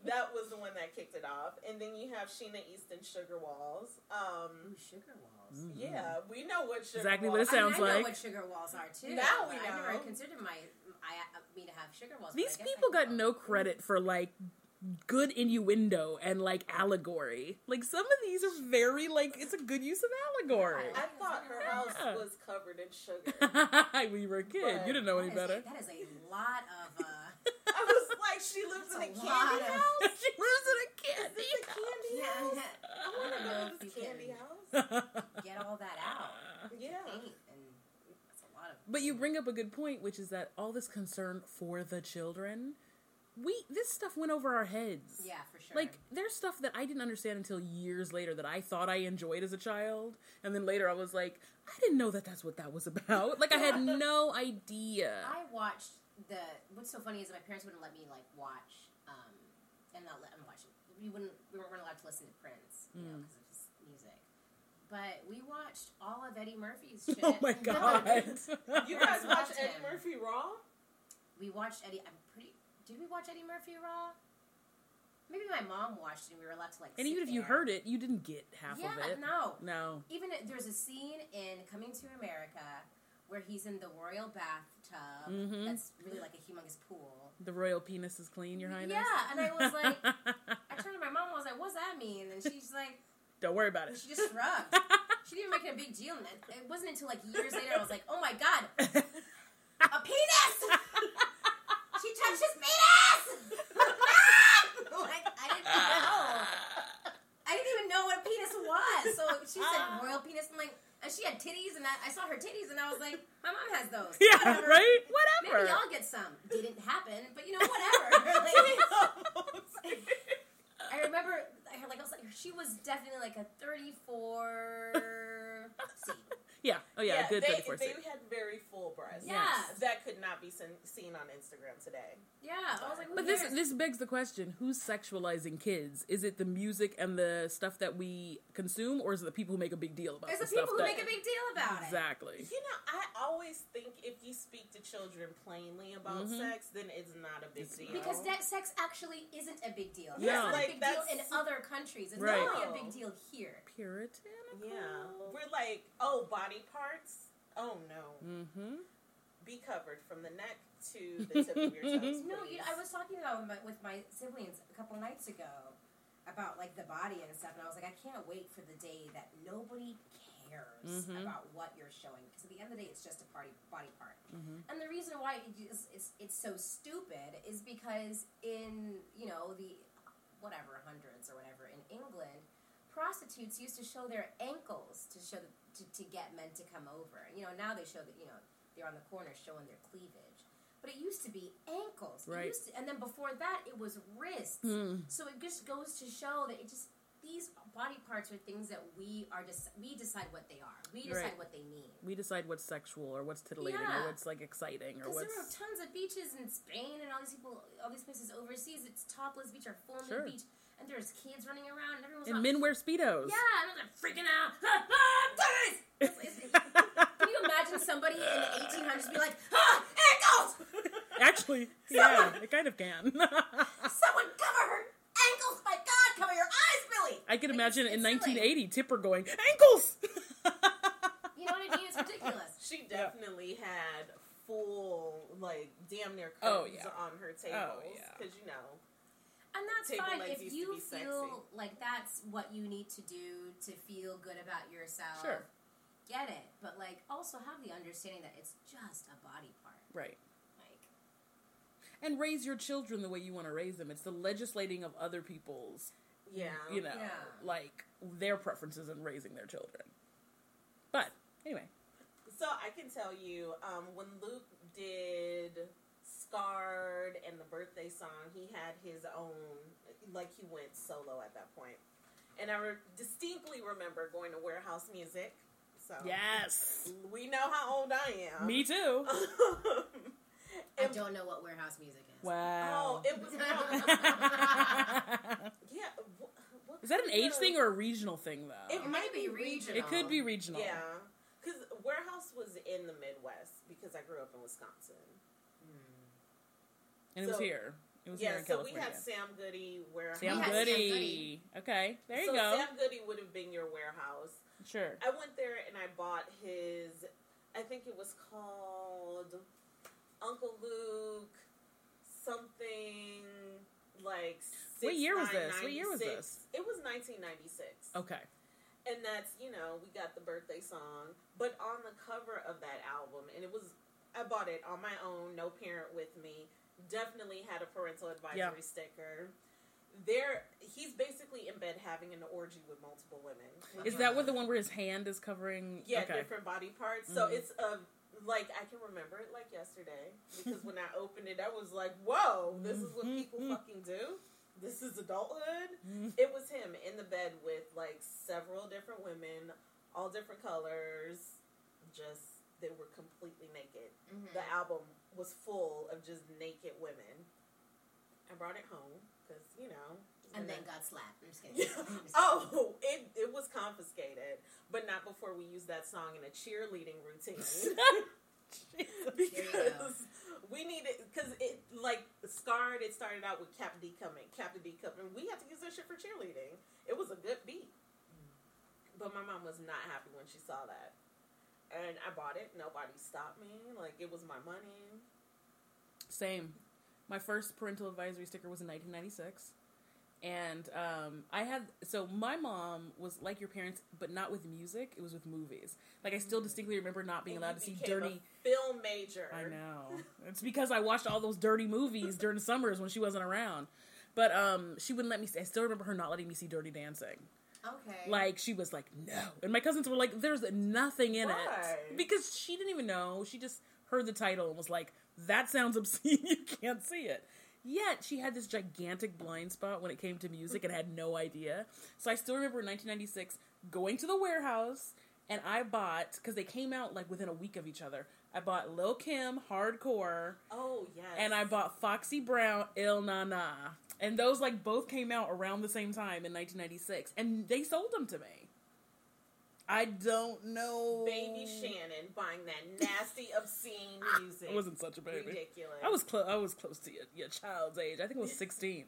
Speaker 1: that was the one that kicked it off, and then you have Sheena Easton Sugar Walls. Um,
Speaker 3: *laughs* Ooh, sugar walls.
Speaker 2: Mm.
Speaker 1: yeah, we know what sugar
Speaker 2: Exactly what
Speaker 1: walls.
Speaker 2: it sounds
Speaker 3: I mean, I
Speaker 2: like.
Speaker 3: know what sugar walls are too.
Speaker 1: Now we
Speaker 3: I never
Speaker 1: know.
Speaker 3: considered my I, uh, me to have sugar walls. but I
Speaker 2: Mm. These
Speaker 3: guess I
Speaker 2: people got
Speaker 3: will.
Speaker 2: no credit for like good innuendo and like allegory. Like some of these are very like it's a good use of allegory.
Speaker 1: I thought her house
Speaker 2: Yeah.
Speaker 1: was
Speaker 2: *laughs*
Speaker 1: covered in sugar.
Speaker 2: we were a kid.
Speaker 1: But
Speaker 2: you didn't know
Speaker 3: That
Speaker 2: any
Speaker 3: is-
Speaker 2: better. *laughs*
Speaker 3: That is a lot of. Uh,
Speaker 1: I I was like, she lives in
Speaker 3: That's
Speaker 1: a candy
Speaker 3: a lot
Speaker 1: *laughs*
Speaker 3: of-
Speaker 1: house.
Speaker 2: she lives
Speaker 1: Is this a candy
Speaker 3: Yeah,
Speaker 1: house?
Speaker 3: yeah.
Speaker 1: I want to
Speaker 3: don't know
Speaker 1: go
Speaker 3: if
Speaker 1: to this
Speaker 3: you
Speaker 1: candy
Speaker 3: can-
Speaker 1: house.
Speaker 2: in a candy house. *laughs*
Speaker 3: Get all that out.
Speaker 1: Yeah.
Speaker 3: Paint, and that's a lot of.
Speaker 2: But you bring up a good point, which is that all this concern for the children, we this stuff went over our heads.
Speaker 3: Yeah, for sure.
Speaker 2: Like there's stuff that I didn't understand until years later that I thought I enjoyed as a child, and then later I was like, I didn't know that that's what that was about. Like I
Speaker 3: *laughs*
Speaker 2: had no idea. *laughs*
Speaker 3: I watched the. What's so funny is my parents wouldn't let me like watch, um, and not let them watch. We wouldn't. We weren't allowed to listen to Prince, you
Speaker 2: Mm.
Speaker 3: know, 'cause know, because of his music. But we watched all of Eddie Murphy's shit.
Speaker 2: *laughs* Oh
Speaker 3: *laughs*
Speaker 2: my god!
Speaker 1: You
Speaker 2: *laughs*
Speaker 1: guys
Speaker 3: That's
Speaker 1: watch
Speaker 3: awesome.
Speaker 1: Eddie Murphy *laughs* Raw?
Speaker 3: we watched Eddie. I'm pretty. Did we watch Eddie Murphy Raw? Maybe my mom watched it and we were allowed to like.
Speaker 2: and even if you heard it, you didn't get half
Speaker 3: yeah,
Speaker 2: of it.
Speaker 3: no.
Speaker 2: No.
Speaker 3: Even if- there's a scene in Coming to America where he's in the royal bathtub.
Speaker 2: Mhm.
Speaker 3: That's really like a humongous pool.
Speaker 2: The royal penis is clean, Your Highness.
Speaker 3: Yeah, and I
Speaker 2: *laughs*
Speaker 3: was like- I turned to my mom. I was like, "What's that mean?" And she's like,
Speaker 2: "Don't worry about it."
Speaker 3: she just *laughs* shrugged. She didn't make it a big deal. And it- it wasn't until like years later I was like, "Oh my god, a penis!" She touched his penis. *laughs* like I didn't know. I didn't even know what a penis was. So she said
Speaker 2: *laughs*
Speaker 3: royal penis. I'm like, and she had titties, and I, I saw her titties, and I was like, "My mom has those."
Speaker 2: *laughs* *laughs* yeah,
Speaker 3: Whatever.
Speaker 2: right.
Speaker 3: Maybe
Speaker 2: Whatever.
Speaker 3: I'll get some. Didn't happen, but you know, whatever. *laughs* Like, I remember I heard like I was like she was definitely like a 34 C.
Speaker 2: yeah. *laughs* Oh yeah. a good
Speaker 1: they,
Speaker 2: thirty-four
Speaker 1: they
Speaker 2: cent.
Speaker 1: had very full breasts.
Speaker 3: Yes.
Speaker 1: That could not be seen, seen on Instagram today.
Speaker 3: Yeah, I was like who
Speaker 2: But this
Speaker 3: cares?
Speaker 2: this begs the question: Who's sexualizing kids? Is it the music and the stuff that we consume, or is it the people who make a big deal about
Speaker 3: There's
Speaker 2: the
Speaker 3: the people
Speaker 2: stuff
Speaker 3: who
Speaker 2: that
Speaker 3: make a big deal about
Speaker 2: exactly?
Speaker 1: You know, I always think if you speak to children plainly about
Speaker 2: Mhm.
Speaker 1: sex, then it's not a big
Speaker 2: It's
Speaker 1: deal.
Speaker 2: not.
Speaker 3: it. Because that sex actually isn't a big deal.
Speaker 2: Yeah,
Speaker 3: it's not
Speaker 1: like,
Speaker 3: a big deal
Speaker 1: that's-
Speaker 3: in other countries. It's
Speaker 2: Right.
Speaker 3: not really a
Speaker 1: No.
Speaker 3: big deal here.
Speaker 2: Puritanical.
Speaker 1: Yeah. We're like, oh, body parts? Oh, no.
Speaker 2: Mm-hmm.
Speaker 1: Be covered from the neck
Speaker 2: *laughs*
Speaker 1: to the tip of your toes.
Speaker 3: No,
Speaker 1: please.
Speaker 3: you know, I was talking about with my, with my siblings a couple nights ago about like the body and stuff, and I was like, I can't wait for the day that nobody cares
Speaker 2: Mhm.
Speaker 1: Mm-hmm.
Speaker 3: about what you're showing because at the end of the day, it's just a party body part.
Speaker 1: Mm-hmm.
Speaker 3: And the reason why it is, it's it's so stupid is because in you know the whatever hundreds or whatever in England, prostitutes used to show their ankles to show to, to get men to come over. You know now they show that you know they're on the corner showing their cleavage, but it used to be ankles. It
Speaker 2: Right. Hmm.
Speaker 3: used to- and then before that it was wrists. So it just goes to show that it just these body parts are things that we are just we decide what they are. We decide
Speaker 2: Right.
Speaker 3: what they mean.
Speaker 2: We decide what's sexual or what's titillating or
Speaker 3: Yeah.
Speaker 2: what's like exciting or
Speaker 3: Because there are
Speaker 2: what's
Speaker 3: tons of beaches in Spain and all these people, all these places overseas. It's topless beach or full
Speaker 2: Sure.
Speaker 3: moon beach, and there's kids running around, and everyone's
Speaker 2: and
Speaker 3: like,
Speaker 2: men wear speedos. *laughs*
Speaker 3: yeah, and I'm like freaking out. *laughs* Ah, titties! It's- it's- Can you
Speaker 2: *laughs*
Speaker 3: imagine somebody in the 1800s be like, ah, ankles!
Speaker 2: Actually, yeah, I kind of can. *laughs*
Speaker 3: Someone cover her ankles! My God, cover your eyes, Billy!
Speaker 2: I can
Speaker 3: Like,
Speaker 2: imagine
Speaker 3: it's-
Speaker 2: in
Speaker 3: it's silly.
Speaker 2: 1980 Tipper going ankles. *laughs*
Speaker 3: You know what I mean? It's
Speaker 1: *laughs*
Speaker 3: ridiculous.
Speaker 1: She definitely had full, like, damn near
Speaker 2: Oh,
Speaker 1: curves
Speaker 2: yeah.
Speaker 1: on her tables.
Speaker 2: yeah.
Speaker 1: Because, you know.
Speaker 3: And that's
Speaker 1: Table
Speaker 3: fine
Speaker 1: legs
Speaker 3: if
Speaker 1: used to
Speaker 3: you
Speaker 1: be
Speaker 3: feel
Speaker 1: sexy.
Speaker 3: like that's what you need to do to feel good about yourself.
Speaker 2: Sure.
Speaker 3: Get it, but like also have the understanding that it's just a body part.
Speaker 2: right.
Speaker 3: Like
Speaker 2: And raise your children the way you want to raise them. It's the legislating of other people's
Speaker 1: Yeah.
Speaker 2: Mm-hmm. you know,
Speaker 3: Yeah.
Speaker 2: like their preferences in raising their children. But anyway,
Speaker 1: So I can tell you, um, when Luke did Scarred and the birthday song, he had his own, like he went solo at that point. And I re- distinctly remember going to Warehouse Music. So
Speaker 2: yes,
Speaker 1: we know how old I am. *laughs*
Speaker 2: me too.
Speaker 1: Oh.
Speaker 3: I
Speaker 1: And-
Speaker 3: don't know what warehouse music is.
Speaker 2: Wow.
Speaker 1: Oh, it was.
Speaker 2: *laughs*
Speaker 1: yeah. wh- what
Speaker 2: Is that an
Speaker 1: kind
Speaker 2: age
Speaker 1: of-
Speaker 2: thing or a regional thing though?
Speaker 1: It might be regional.
Speaker 2: It could be regional.
Speaker 1: Yeah, because Warehouse was in the Midwest because I grew up in Wisconsin.
Speaker 3: Mm-hmm.
Speaker 2: and it was
Speaker 1: So-
Speaker 2: here. It was
Speaker 1: yeah,
Speaker 2: here in
Speaker 1: so we
Speaker 2: California.
Speaker 1: had Sam Goody warehouse.
Speaker 2: Sam
Speaker 3: We had Sam
Speaker 2: Goody.
Speaker 3: Goody.
Speaker 2: Okay, there you
Speaker 1: so
Speaker 2: go.
Speaker 1: Sam Goody would have been your warehouse.
Speaker 2: sure.
Speaker 1: I went there and I bought his. I think it was called Uncle Luke something like.
Speaker 2: What year was this? What year was
Speaker 1: 6996. It was 1996.
Speaker 2: Okay.
Speaker 1: And that's, you know, we got the birthday song, but on the cover of that album, and it was, I bought it on my own, no parent with me. definitely had a parental advisory
Speaker 2: Yeah.
Speaker 1: sticker. There, he's basically in bed having an orgy with multiple women.
Speaker 2: Is that what the one where his hand is covering?
Speaker 1: Yeah,
Speaker 2: okay.
Speaker 1: different body parts. So
Speaker 2: Mhm.
Speaker 1: it's a like I can remember it like yesterday because when I opened it, I was like, "Whoa, this is
Speaker 2: Mm-hmm.
Speaker 1: what people fucking do. This is adulthood."
Speaker 2: *laughs* Mm.
Speaker 1: It was him in the bed with like several different women, all different colors. Just they were completely naked.
Speaker 3: Mhm.
Speaker 1: The album was full of just naked women. I brought it home because you know. when
Speaker 3: and then
Speaker 1: *laughs* I-
Speaker 3: got slapped. I'm just kidding.
Speaker 1: Yeah.
Speaker 3: I'm just kidding.
Speaker 1: Oh, it, it was confiscated, but not before we used that song in a cheerleading routine. *laughs* because we needed, because it like scarred. It started out with Cap D coming, Cap D coming. We had to use that shit for cheerleading. It was a good beat, but my mom was not happy when she saw that, and I bought it. Nobody stopped me. Like it was my money.
Speaker 2: Same. My first parental advisory sticker was in 1996. And um, I had, so my mom was like your parents, but not with music, it was with movies. Like, I still distinctly remember not being
Speaker 1: Mm. And
Speaker 2: allowed
Speaker 1: you
Speaker 2: to see
Speaker 1: became a
Speaker 2: dirty.
Speaker 1: film major.
Speaker 2: I know. It's because I watched all those dirty movies during the summers when she wasn't around. But um, she wouldn't let me see, I still remember her not letting me see Dirty Dancing.
Speaker 3: Okay.
Speaker 2: Like, she was like, no. And my cousins were like, there's nothing in
Speaker 1: Why?
Speaker 2: it. Because she didn't even know. She just heard the title and was like, that sounds obscene. *laughs* You can't see it. Yet, she had this gigantic blind spot when it came to music and had no idea. So I still remember in 1996 going to the warehouse and I bought, because they came out like within a week of each other, I bought Lil Kim Hardcore
Speaker 1: Oh yes.
Speaker 2: and I bought Foxy Brown Il Na Na. And those like both came out around the same time in 1996 and they sold them to me. I don't know.
Speaker 1: baby Shannon buying that
Speaker 2: *laughs*
Speaker 1: nasty, obscene music.
Speaker 2: I wasn't such a baby.
Speaker 1: ridiculous.
Speaker 2: I was close I was close to your, your child's age. I think it was 16.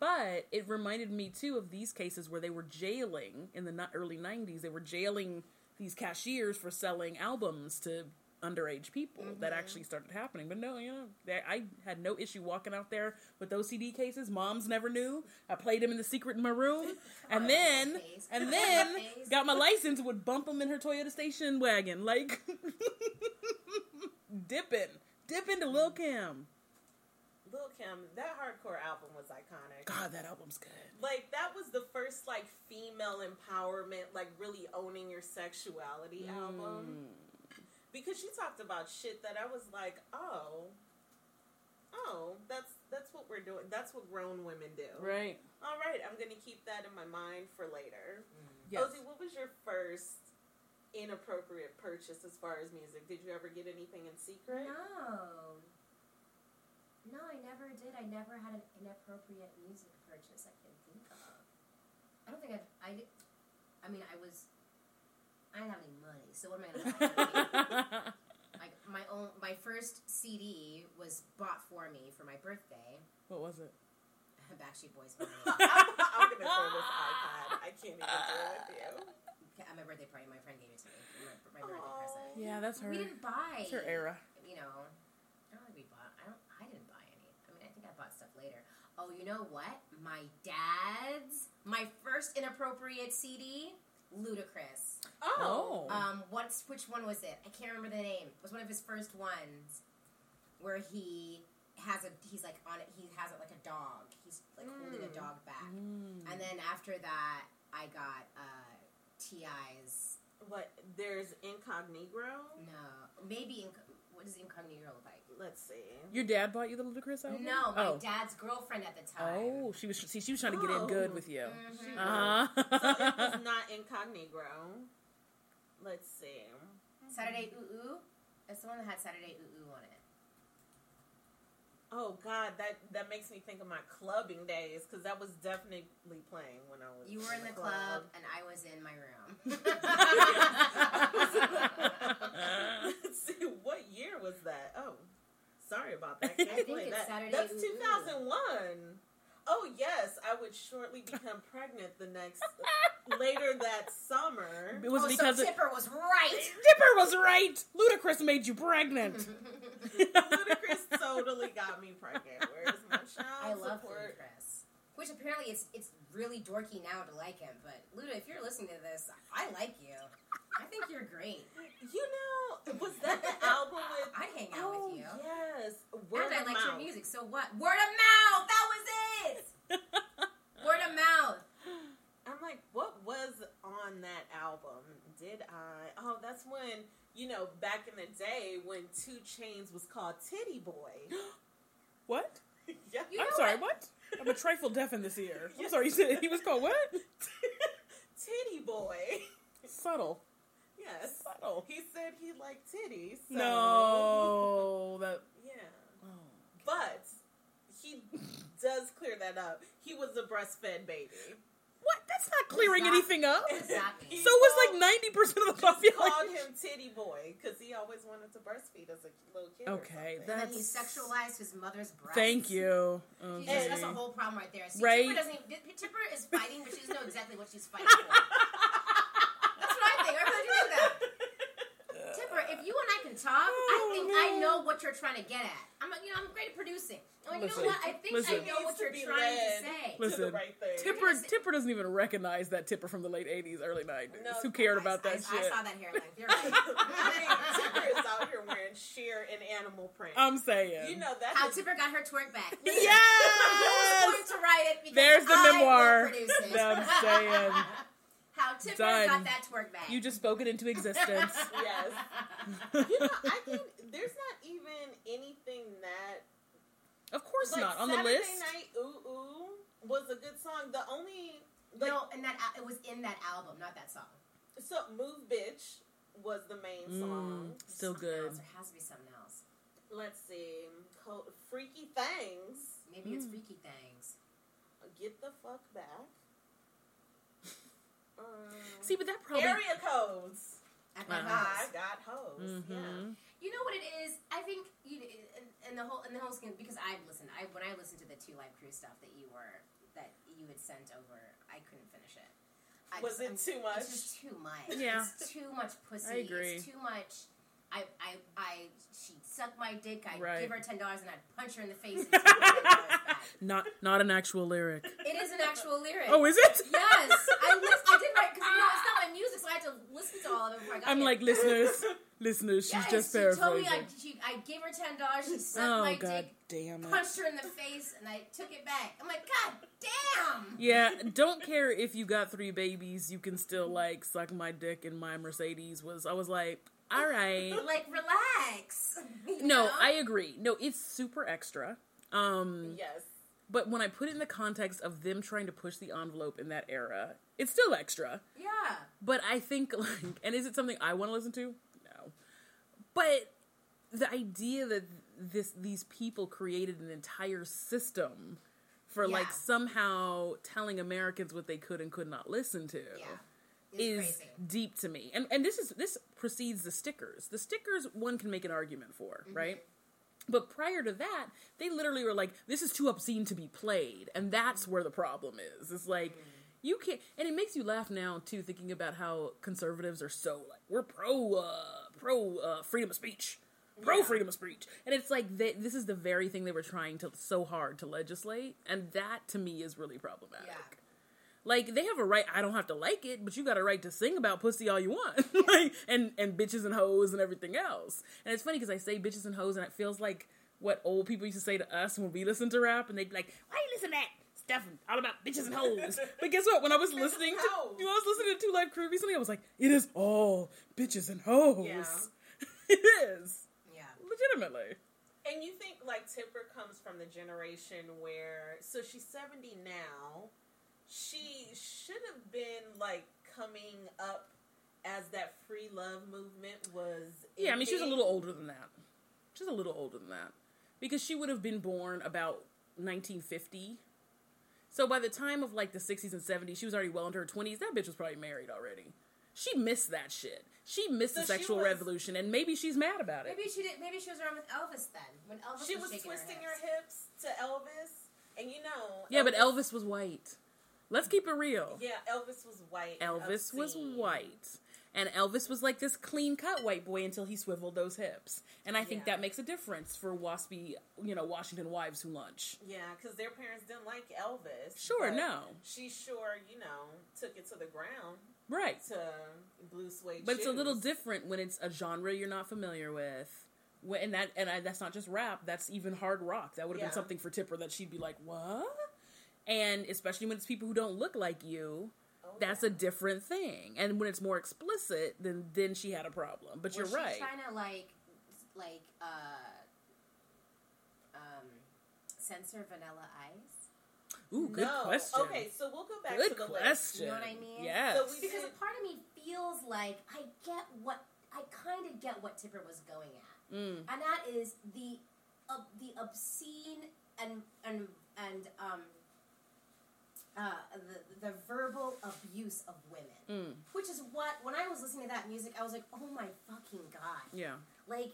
Speaker 2: But it reminded me too of these cases where they were jailing in the ni- early 90s. They were jailing these cashiers for selling albums to underage people. That actually started happening. But no, you know, they, I had no issue walking out there with those CD cases. Moms never knew. I played them in the secret in my room. *laughs* And then
Speaker 3: Case.
Speaker 2: and
Speaker 3: *laughs*
Speaker 2: then
Speaker 3: Case.
Speaker 2: got my license would bump them in her Toyota station wagon like *laughs* dipping. Dip into Lil Kim.
Speaker 1: Lil Kim. That hardcore album was iconic.
Speaker 2: God, that album's good.
Speaker 1: Like that was the first like female empowerment, like really owning your sexuality
Speaker 2: Mm.
Speaker 1: album. Because she talked about shit that I was like, oh, oh, that's that's what we're doing. That's what grown women do.
Speaker 2: Right.
Speaker 1: All right, I'm gonna keep that in my mind for later.
Speaker 2: Yes. *laughs*
Speaker 1: Ozzy, what was your first inappropriate purchase as far as music? Did you ever get anything in secret?
Speaker 3: No. No, I never did. I never had an inappropriate music purchase I can think of. I don't think I've, I did. I mean, I was. I didn't have any money, so what am I going to buy?
Speaker 2: *laughs*
Speaker 3: Like my own, my first CD was bought for me for my birthday. *laughs*
Speaker 2: what was it?
Speaker 3: Backstreet Boys money.
Speaker 2: *laughs*
Speaker 1: I'm gonna throw this iPad. I can't even deal with you.
Speaker 2: *laughs*
Speaker 3: at my birthday party, my friend gave it to me. My, my birthday present.
Speaker 1: Aw.
Speaker 2: Yeah, that's her.
Speaker 3: We didn't buy.
Speaker 2: That's her era.
Speaker 3: you know, I don't think we bought. I don't. I didn't buy any. I mean, I think I bought stuff later. Oh, you know what? My dad's my first inappropriate CD. Ludicrous.
Speaker 2: Oh.
Speaker 1: Oh.
Speaker 3: Um, what's which one was it? I can't remember the name. It was one of his first ones, where he has a he's like on it. He has it like a dog. He's like holding a
Speaker 1: Mm.
Speaker 3: dog back.
Speaker 2: Mm.
Speaker 3: And then after that, I got uh, Ti's.
Speaker 1: What? There's Incognito?
Speaker 3: No, maybe inc- what does incognito look like?
Speaker 1: Let's see.
Speaker 2: *laughs* Your dad bought you the Ludacris album?
Speaker 3: No, my
Speaker 2: oh.
Speaker 3: dad's girlfriend at the time.
Speaker 2: Oh, she was see, she was trying to get in good with you.
Speaker 3: Mhm.
Speaker 2: Uh
Speaker 1: So it
Speaker 2: *laughs* huh.
Speaker 1: was not Incognito. Let's see.
Speaker 3: Saturday Ooh Ooh. That's the one that had Saturday Ooh Ooh on it.
Speaker 1: Oh God, that that makes me think of my clubbing days because that was definitely playing when I was.
Speaker 3: You were in the club and I was in my *laughs* room.
Speaker 1: *laughs* Let's see, what year was that? Oh, sorry about
Speaker 3: *laughs*
Speaker 1: that.
Speaker 2: I
Speaker 1: Can't
Speaker 3: think
Speaker 1: play
Speaker 3: it's
Speaker 1: that.
Speaker 3: Saturday
Speaker 1: That's
Speaker 3: Ooh Ooh.
Speaker 1: 2001. Oh yes, I would shortly become pregnant the next later that summer.
Speaker 2: It was
Speaker 3: oh,
Speaker 2: because
Speaker 3: so
Speaker 2: it-
Speaker 3: Tipper
Speaker 1: *laughs*
Speaker 3: was right.
Speaker 2: Dipper was right. Ludacris made you pregnant. *laughs*
Speaker 3: Mm-hmm.
Speaker 1: Ludacris totally got me pregnant. Where's my child
Speaker 3: *laughs* I love
Speaker 1: support?
Speaker 3: Ludacris, which apparently it's it's really dorky now to like him. But Luda, if you're listening to this, I like you. I think you're great. *laughs*
Speaker 1: You know, was that the album with?
Speaker 3: I'd hang out
Speaker 1: oh
Speaker 3: with you.
Speaker 1: yes, Word
Speaker 3: and I
Speaker 1: of
Speaker 3: liked your
Speaker 1: mouth.
Speaker 3: music, so what? Word of mouth! That was it! Word of mouth.
Speaker 1: I'm like, what was on that album? Did I? Oh, that's when you know back in the day when Two Chains was called Titty
Speaker 3: *gasps*
Speaker 1: Boy.
Speaker 2: *laughs*
Speaker 1: *laughs*
Speaker 2: What?
Speaker 1: yeah,
Speaker 3: You
Speaker 2: I'm
Speaker 3: know
Speaker 2: sorry,
Speaker 3: what?
Speaker 2: what? I'm a trifle deaf in this ear. I'm
Speaker 1: Yes.
Speaker 2: sorry, you said he was called what?
Speaker 1: *laughs* Titty Boy.
Speaker 2: Subtle.
Speaker 1: Yes,
Speaker 2: Subtle.
Speaker 1: he said he liked titties. So,
Speaker 2: No. That.
Speaker 1: *laughs* Yeah,
Speaker 2: Oh.
Speaker 1: but he does clear that up. He was a breastfed baby.
Speaker 2: What? That's not clearing
Speaker 3: not-
Speaker 2: anything up.
Speaker 3: *laughs* It's
Speaker 2: So
Speaker 3: Exactly.
Speaker 1: *laughs* He
Speaker 2: was
Speaker 1: called-
Speaker 2: like ninety percent of the
Speaker 1: just called
Speaker 2: population.
Speaker 1: him Titty Boy because he always wanted to breastfeed as a little kid. or
Speaker 2: Okay,
Speaker 1: something.
Speaker 3: And then
Speaker 2: that's.
Speaker 3: he sexualized his mother's breasts.
Speaker 2: Thank you.
Speaker 3: Jesus,
Speaker 2: Okay.
Speaker 3: that's a
Speaker 2: *laughs*
Speaker 3: whole problem right there. See,
Speaker 2: Right?
Speaker 3: Tipper doesn't. Even, Tipper is fighting, but she doesn't know exactly what she's fighting for. that's what I think. I really do think that. Tipper, if you and I can talk, I
Speaker 2: Oh,
Speaker 3: think
Speaker 2: no.
Speaker 3: I know what you're trying to get at. I'm, like, you know, I'm great at producing. And you
Speaker 2: Listen,
Speaker 3: know what? I think
Speaker 2: listen.
Speaker 3: I know what
Speaker 1: Needs to
Speaker 3: you're
Speaker 1: be
Speaker 3: trying
Speaker 1: led.
Speaker 3: to say.
Speaker 1: *laughs* To the
Speaker 2: Listen,
Speaker 1: right thing. *laughs*
Speaker 2: Tipper Tipper doesn't even recognize that Tipper from the late '80s, early '90s.
Speaker 1: No,
Speaker 2: Who cared
Speaker 3: I-
Speaker 2: about
Speaker 3: I,
Speaker 2: that
Speaker 3: I,
Speaker 2: shit?
Speaker 3: saw that hair length.
Speaker 2: *laughs*
Speaker 3: You're
Speaker 1: I mean, Tipper
Speaker 3: right.
Speaker 1: is out here wearing sheer and animal print.
Speaker 2: I'm saying.
Speaker 1: you know that.
Speaker 3: *laughs* How
Speaker 1: is-
Speaker 3: Tipper got her twerk back.
Speaker 2: *laughs* Yes!
Speaker 3: *laughs* Who's going to write it? Because
Speaker 2: There's the
Speaker 3: I will
Speaker 2: memoir
Speaker 3: produce it.
Speaker 2: that I'm saying.
Speaker 3: *laughs* How Tipper
Speaker 2: Done.
Speaker 3: got that twerk back.
Speaker 2: you just spoke it into
Speaker 3: *laughs*
Speaker 2: existence. *laughs*
Speaker 1: Yes. you know, I can. There's not even anything that.
Speaker 2: of course
Speaker 1: like,
Speaker 2: not on the
Speaker 1: Saturday
Speaker 2: list.
Speaker 1: Night Ooh Ooh was a good song. The only like
Speaker 3: no, and that al- it was in that album, not that song.
Speaker 1: so Move Bitch was the main song.
Speaker 2: Mm, still
Speaker 3: Something
Speaker 2: good.
Speaker 3: Else. There has to be something else.
Speaker 1: Let's see, Co- Freaky Things.
Speaker 3: Maybe
Speaker 2: Hmm.
Speaker 3: it's Freaky Things.
Speaker 1: Get the fuck back. *laughs* Um,
Speaker 2: See, but that probably.
Speaker 1: area codes.
Speaker 3: At
Speaker 2: Uh-huh.
Speaker 3: that
Speaker 1: I
Speaker 3: house.
Speaker 1: got hoes. Yeah.
Speaker 2: Mhm.
Speaker 3: You know what it is? I think you and, and the whole and the whole skin because I listened. I when I listened to the two live crew stuff that you were that you had sent over, I couldn't finish it. I
Speaker 1: Was it too much? *laughs*
Speaker 3: It's just too much.
Speaker 2: Yeah.
Speaker 3: it's too much pussy.
Speaker 2: I agree.
Speaker 3: It's too much. I I I she sucked my dick. I'd
Speaker 2: Right.
Speaker 3: give her ten dollars and I'd punch her in the face.
Speaker 2: *laughs*
Speaker 3: And take her $10 back.
Speaker 2: Not not an actual
Speaker 3: *laughs*
Speaker 2: lyric.
Speaker 3: it is an
Speaker 2: *laughs*
Speaker 3: actual lyric.
Speaker 2: Oh, is it?
Speaker 3: Yes,
Speaker 2: *laughs*
Speaker 3: I lis- I did write because you know it's not my music, so I had to listen to all of it before I got
Speaker 2: I'm
Speaker 3: it.
Speaker 2: like listeners, listeners. She's
Speaker 3: Yes,
Speaker 2: just
Speaker 3: she told
Speaker 2: paraphrasing.
Speaker 3: me I, she, I gave her ten dollars. She sucked
Speaker 2: oh
Speaker 3: my
Speaker 2: god
Speaker 3: dick,
Speaker 2: damn it.
Speaker 3: punched her in the face, and I took it back. I'm like, God damn!
Speaker 2: Yeah, don't care if you got three babies, you can still like suck my dick in my Mercedes was I was like, all
Speaker 3: *laughs*
Speaker 2: right.
Speaker 3: Like, relax. *laughs* You
Speaker 2: No,
Speaker 3: know?
Speaker 2: I agree. No, it's super extra. Um
Speaker 1: *laughs* Yes.
Speaker 2: but when I put it in the context of them trying to push the envelope in that era, it's still extra.
Speaker 3: Yeah,
Speaker 2: But I think *laughs* like, and is it something I want to listen to? No. But the idea that this these people created an entire system for
Speaker 3: Yeah.
Speaker 2: like somehow telling Americans what they could and could not listen to
Speaker 3: yeah.
Speaker 2: is
Speaker 3: It's crazy.
Speaker 2: deep to me. And and this is this precedes the stickers. The stickers one can make an argument for,
Speaker 3: Mm-hmm.
Speaker 2: right? But prior to that, they literally were like, "This is too obscene to be played," and that's where the problem is. It's like
Speaker 3: Mm-hmm.
Speaker 2: you can't, and it makes you laugh now too, thinking about how conservatives are so like, "We're pro uh, pro uh, freedom of speech." Pro freedom of speech, and it's like they, this is the very thing they were trying to so hard to legislate, and that to me is really problematic.
Speaker 3: Yeah.
Speaker 2: Like they have a right. I don't have to like it, but you got a right to sing about pussy all you want, *laughs* like and and bitches and hoes and everything else. And it's funny because I say bitches and hoes, and it feels like what old people used to say to us when we listened to rap, and they'd be like, "Why you listen to that stuff all about bitches and hoes?" but guess what? When I was listening to
Speaker 1: hoes.
Speaker 2: when I was listening to Two Live Crew recently, I was like, "It is all bitches and hoes." *laughs* it is
Speaker 3: Yeah.
Speaker 2: legitimately.
Speaker 1: And you think like Tipper comes from the generation where so she's 70 now. She should have been like coming up as that free love movement was
Speaker 2: Yeah, I mean, she was a
Speaker 1: inking.
Speaker 2: little older than that. She's a little older than that because she would have been born about 1950. So by the time of like the 60s and 70s, she was already well into her 20s. That bitch was probably married already. She missed that shit. She missed
Speaker 1: So
Speaker 2: the
Speaker 1: she
Speaker 2: sexual
Speaker 1: was-
Speaker 2: revolution, and maybe she's mad about it.
Speaker 3: Maybe she did. Maybe she was around with Elvis then, when Elvis
Speaker 1: She was
Speaker 3: was, shaking
Speaker 1: twisting
Speaker 3: her,
Speaker 1: her
Speaker 3: hips.
Speaker 1: hips to Elvis and you know
Speaker 2: yeah, but Elvis was white. Let's keep it real.
Speaker 1: Yeah, Elvis was white. and
Speaker 2: Elvis was
Speaker 1: obscene.
Speaker 2: white. And Elvis was like this clean cut white boy until he swiveled those hips. And I think
Speaker 1: Yeah.
Speaker 2: that makes a difference for waspy, you know, Washington wives who lunch.
Speaker 1: Yeah, because their parents didn't like Elvis.
Speaker 2: Sure,
Speaker 1: but
Speaker 2: no.
Speaker 1: She sure, you know, took it to the ground
Speaker 2: Right.
Speaker 1: to blue suede
Speaker 2: But it's a little
Speaker 1: shoes.
Speaker 2: different when it's a genre you're not familiar with When, and that and I, that's not just rap. That's even hard rock. That would have
Speaker 1: Yeah.
Speaker 2: been something for Tipper that she'd be like, "What?" And especially when it's people who don't look like you,
Speaker 1: Oh,
Speaker 2: that's
Speaker 1: yeah.
Speaker 2: a different thing. And when it's more explicit, then then she had a problem. But
Speaker 3: Was
Speaker 2: you're
Speaker 3: she
Speaker 2: right.
Speaker 3: Trying to like, like, uh, um, censor Vanilla Ice.
Speaker 2: Ooh, good
Speaker 1: no.
Speaker 2: question.
Speaker 1: Okay, so we'll go back
Speaker 2: good
Speaker 1: to the list.
Speaker 2: question.
Speaker 3: You know what I mean?
Speaker 2: Yes.
Speaker 1: So we did-
Speaker 3: Because a part of me feels like I get what I kind of get what Tipper was going at,
Speaker 2: Mm.
Speaker 3: and that is the ob the obscene and and and um. Uh, the, the verbal abuse of women,
Speaker 2: Mm.
Speaker 3: which is what when I was listening to that music, I was like, "Oh my fucking god!"
Speaker 2: Yeah.
Speaker 3: Like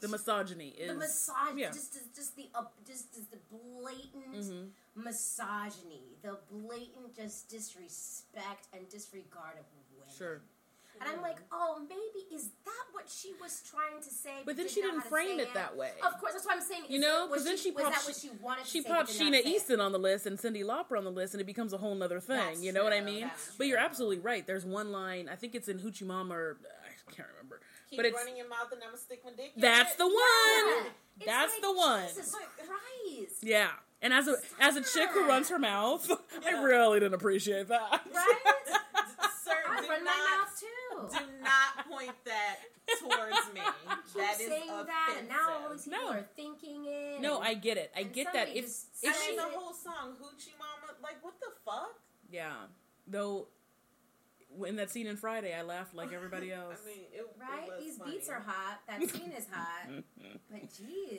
Speaker 2: The misogyny is.
Speaker 3: the massage,
Speaker 2: yeah.
Speaker 3: just just- just the up, just, just the blatant
Speaker 2: Mhm.
Speaker 3: misogyny, the blatant just disrespect and disregard of women.
Speaker 2: Sure.
Speaker 3: And I'm like, oh, maybe is that what she was trying to say?
Speaker 2: But then
Speaker 3: did
Speaker 2: she
Speaker 3: not know
Speaker 2: didn't
Speaker 3: how to
Speaker 2: frame
Speaker 3: say
Speaker 2: it that way.
Speaker 3: Of course, that's what I'm saying.
Speaker 2: You
Speaker 3: Is-
Speaker 2: know,
Speaker 3: was
Speaker 2: 'cause then she
Speaker 3: was
Speaker 2: popped-
Speaker 3: that what she wanted.
Speaker 2: She
Speaker 3: to say, but
Speaker 2: popped
Speaker 3: did not
Speaker 2: Sheena
Speaker 3: say it?
Speaker 2: Easton on the list and Cindy Lauper on the list, and it becomes a whole nother thing.
Speaker 3: That's
Speaker 2: you know what I
Speaker 3: true,
Speaker 2: mean?
Speaker 3: that's
Speaker 2: But you're
Speaker 3: true.
Speaker 2: absolutely right. There's one line. I think it's in Hoochie Mama. Or, I can't remember.
Speaker 1: Keep
Speaker 2: But it's-
Speaker 1: running your mouth and I'm going to stick my dick in
Speaker 2: That's
Speaker 1: it.
Speaker 2: the one.
Speaker 3: Yeah. It's
Speaker 2: That's
Speaker 3: like,
Speaker 2: the one.
Speaker 3: Jesus Christ.
Speaker 2: Yeah. And as a as a chick who runs her mouth, *laughs* I really didn't appreciate that.
Speaker 3: Right?
Speaker 1: *laughs* Sir,
Speaker 3: I
Speaker 1: do
Speaker 3: run my
Speaker 1: not-
Speaker 2: *laughs*
Speaker 3: mouth too.
Speaker 1: Do not point that towards me.
Speaker 3: *laughs* keep
Speaker 1: That is
Speaker 3: saying that, and now all these
Speaker 1: offensive.
Speaker 3: people
Speaker 2: No.
Speaker 3: are thinking
Speaker 2: *laughs*
Speaker 3: it.
Speaker 2: no,
Speaker 3: and-
Speaker 2: I get it. I
Speaker 3: And
Speaker 2: get that.
Speaker 3: somebody
Speaker 2: If
Speaker 3: just
Speaker 2: if
Speaker 1: I
Speaker 3: said
Speaker 2: she,
Speaker 1: mean,
Speaker 3: it.
Speaker 1: the whole song, Hoochie Mama, like, what the fuck?
Speaker 2: yeah. Though, in that scene in Friday, I laughed like
Speaker 1: *laughs*
Speaker 3: *laughs*
Speaker 2: everybody else.
Speaker 1: I mean, it, it
Speaker 3: right?
Speaker 1: was
Speaker 3: These
Speaker 1: funny.
Speaker 3: beats are hot.
Speaker 1: *laughs*
Speaker 3: That scene is hot. But jeez.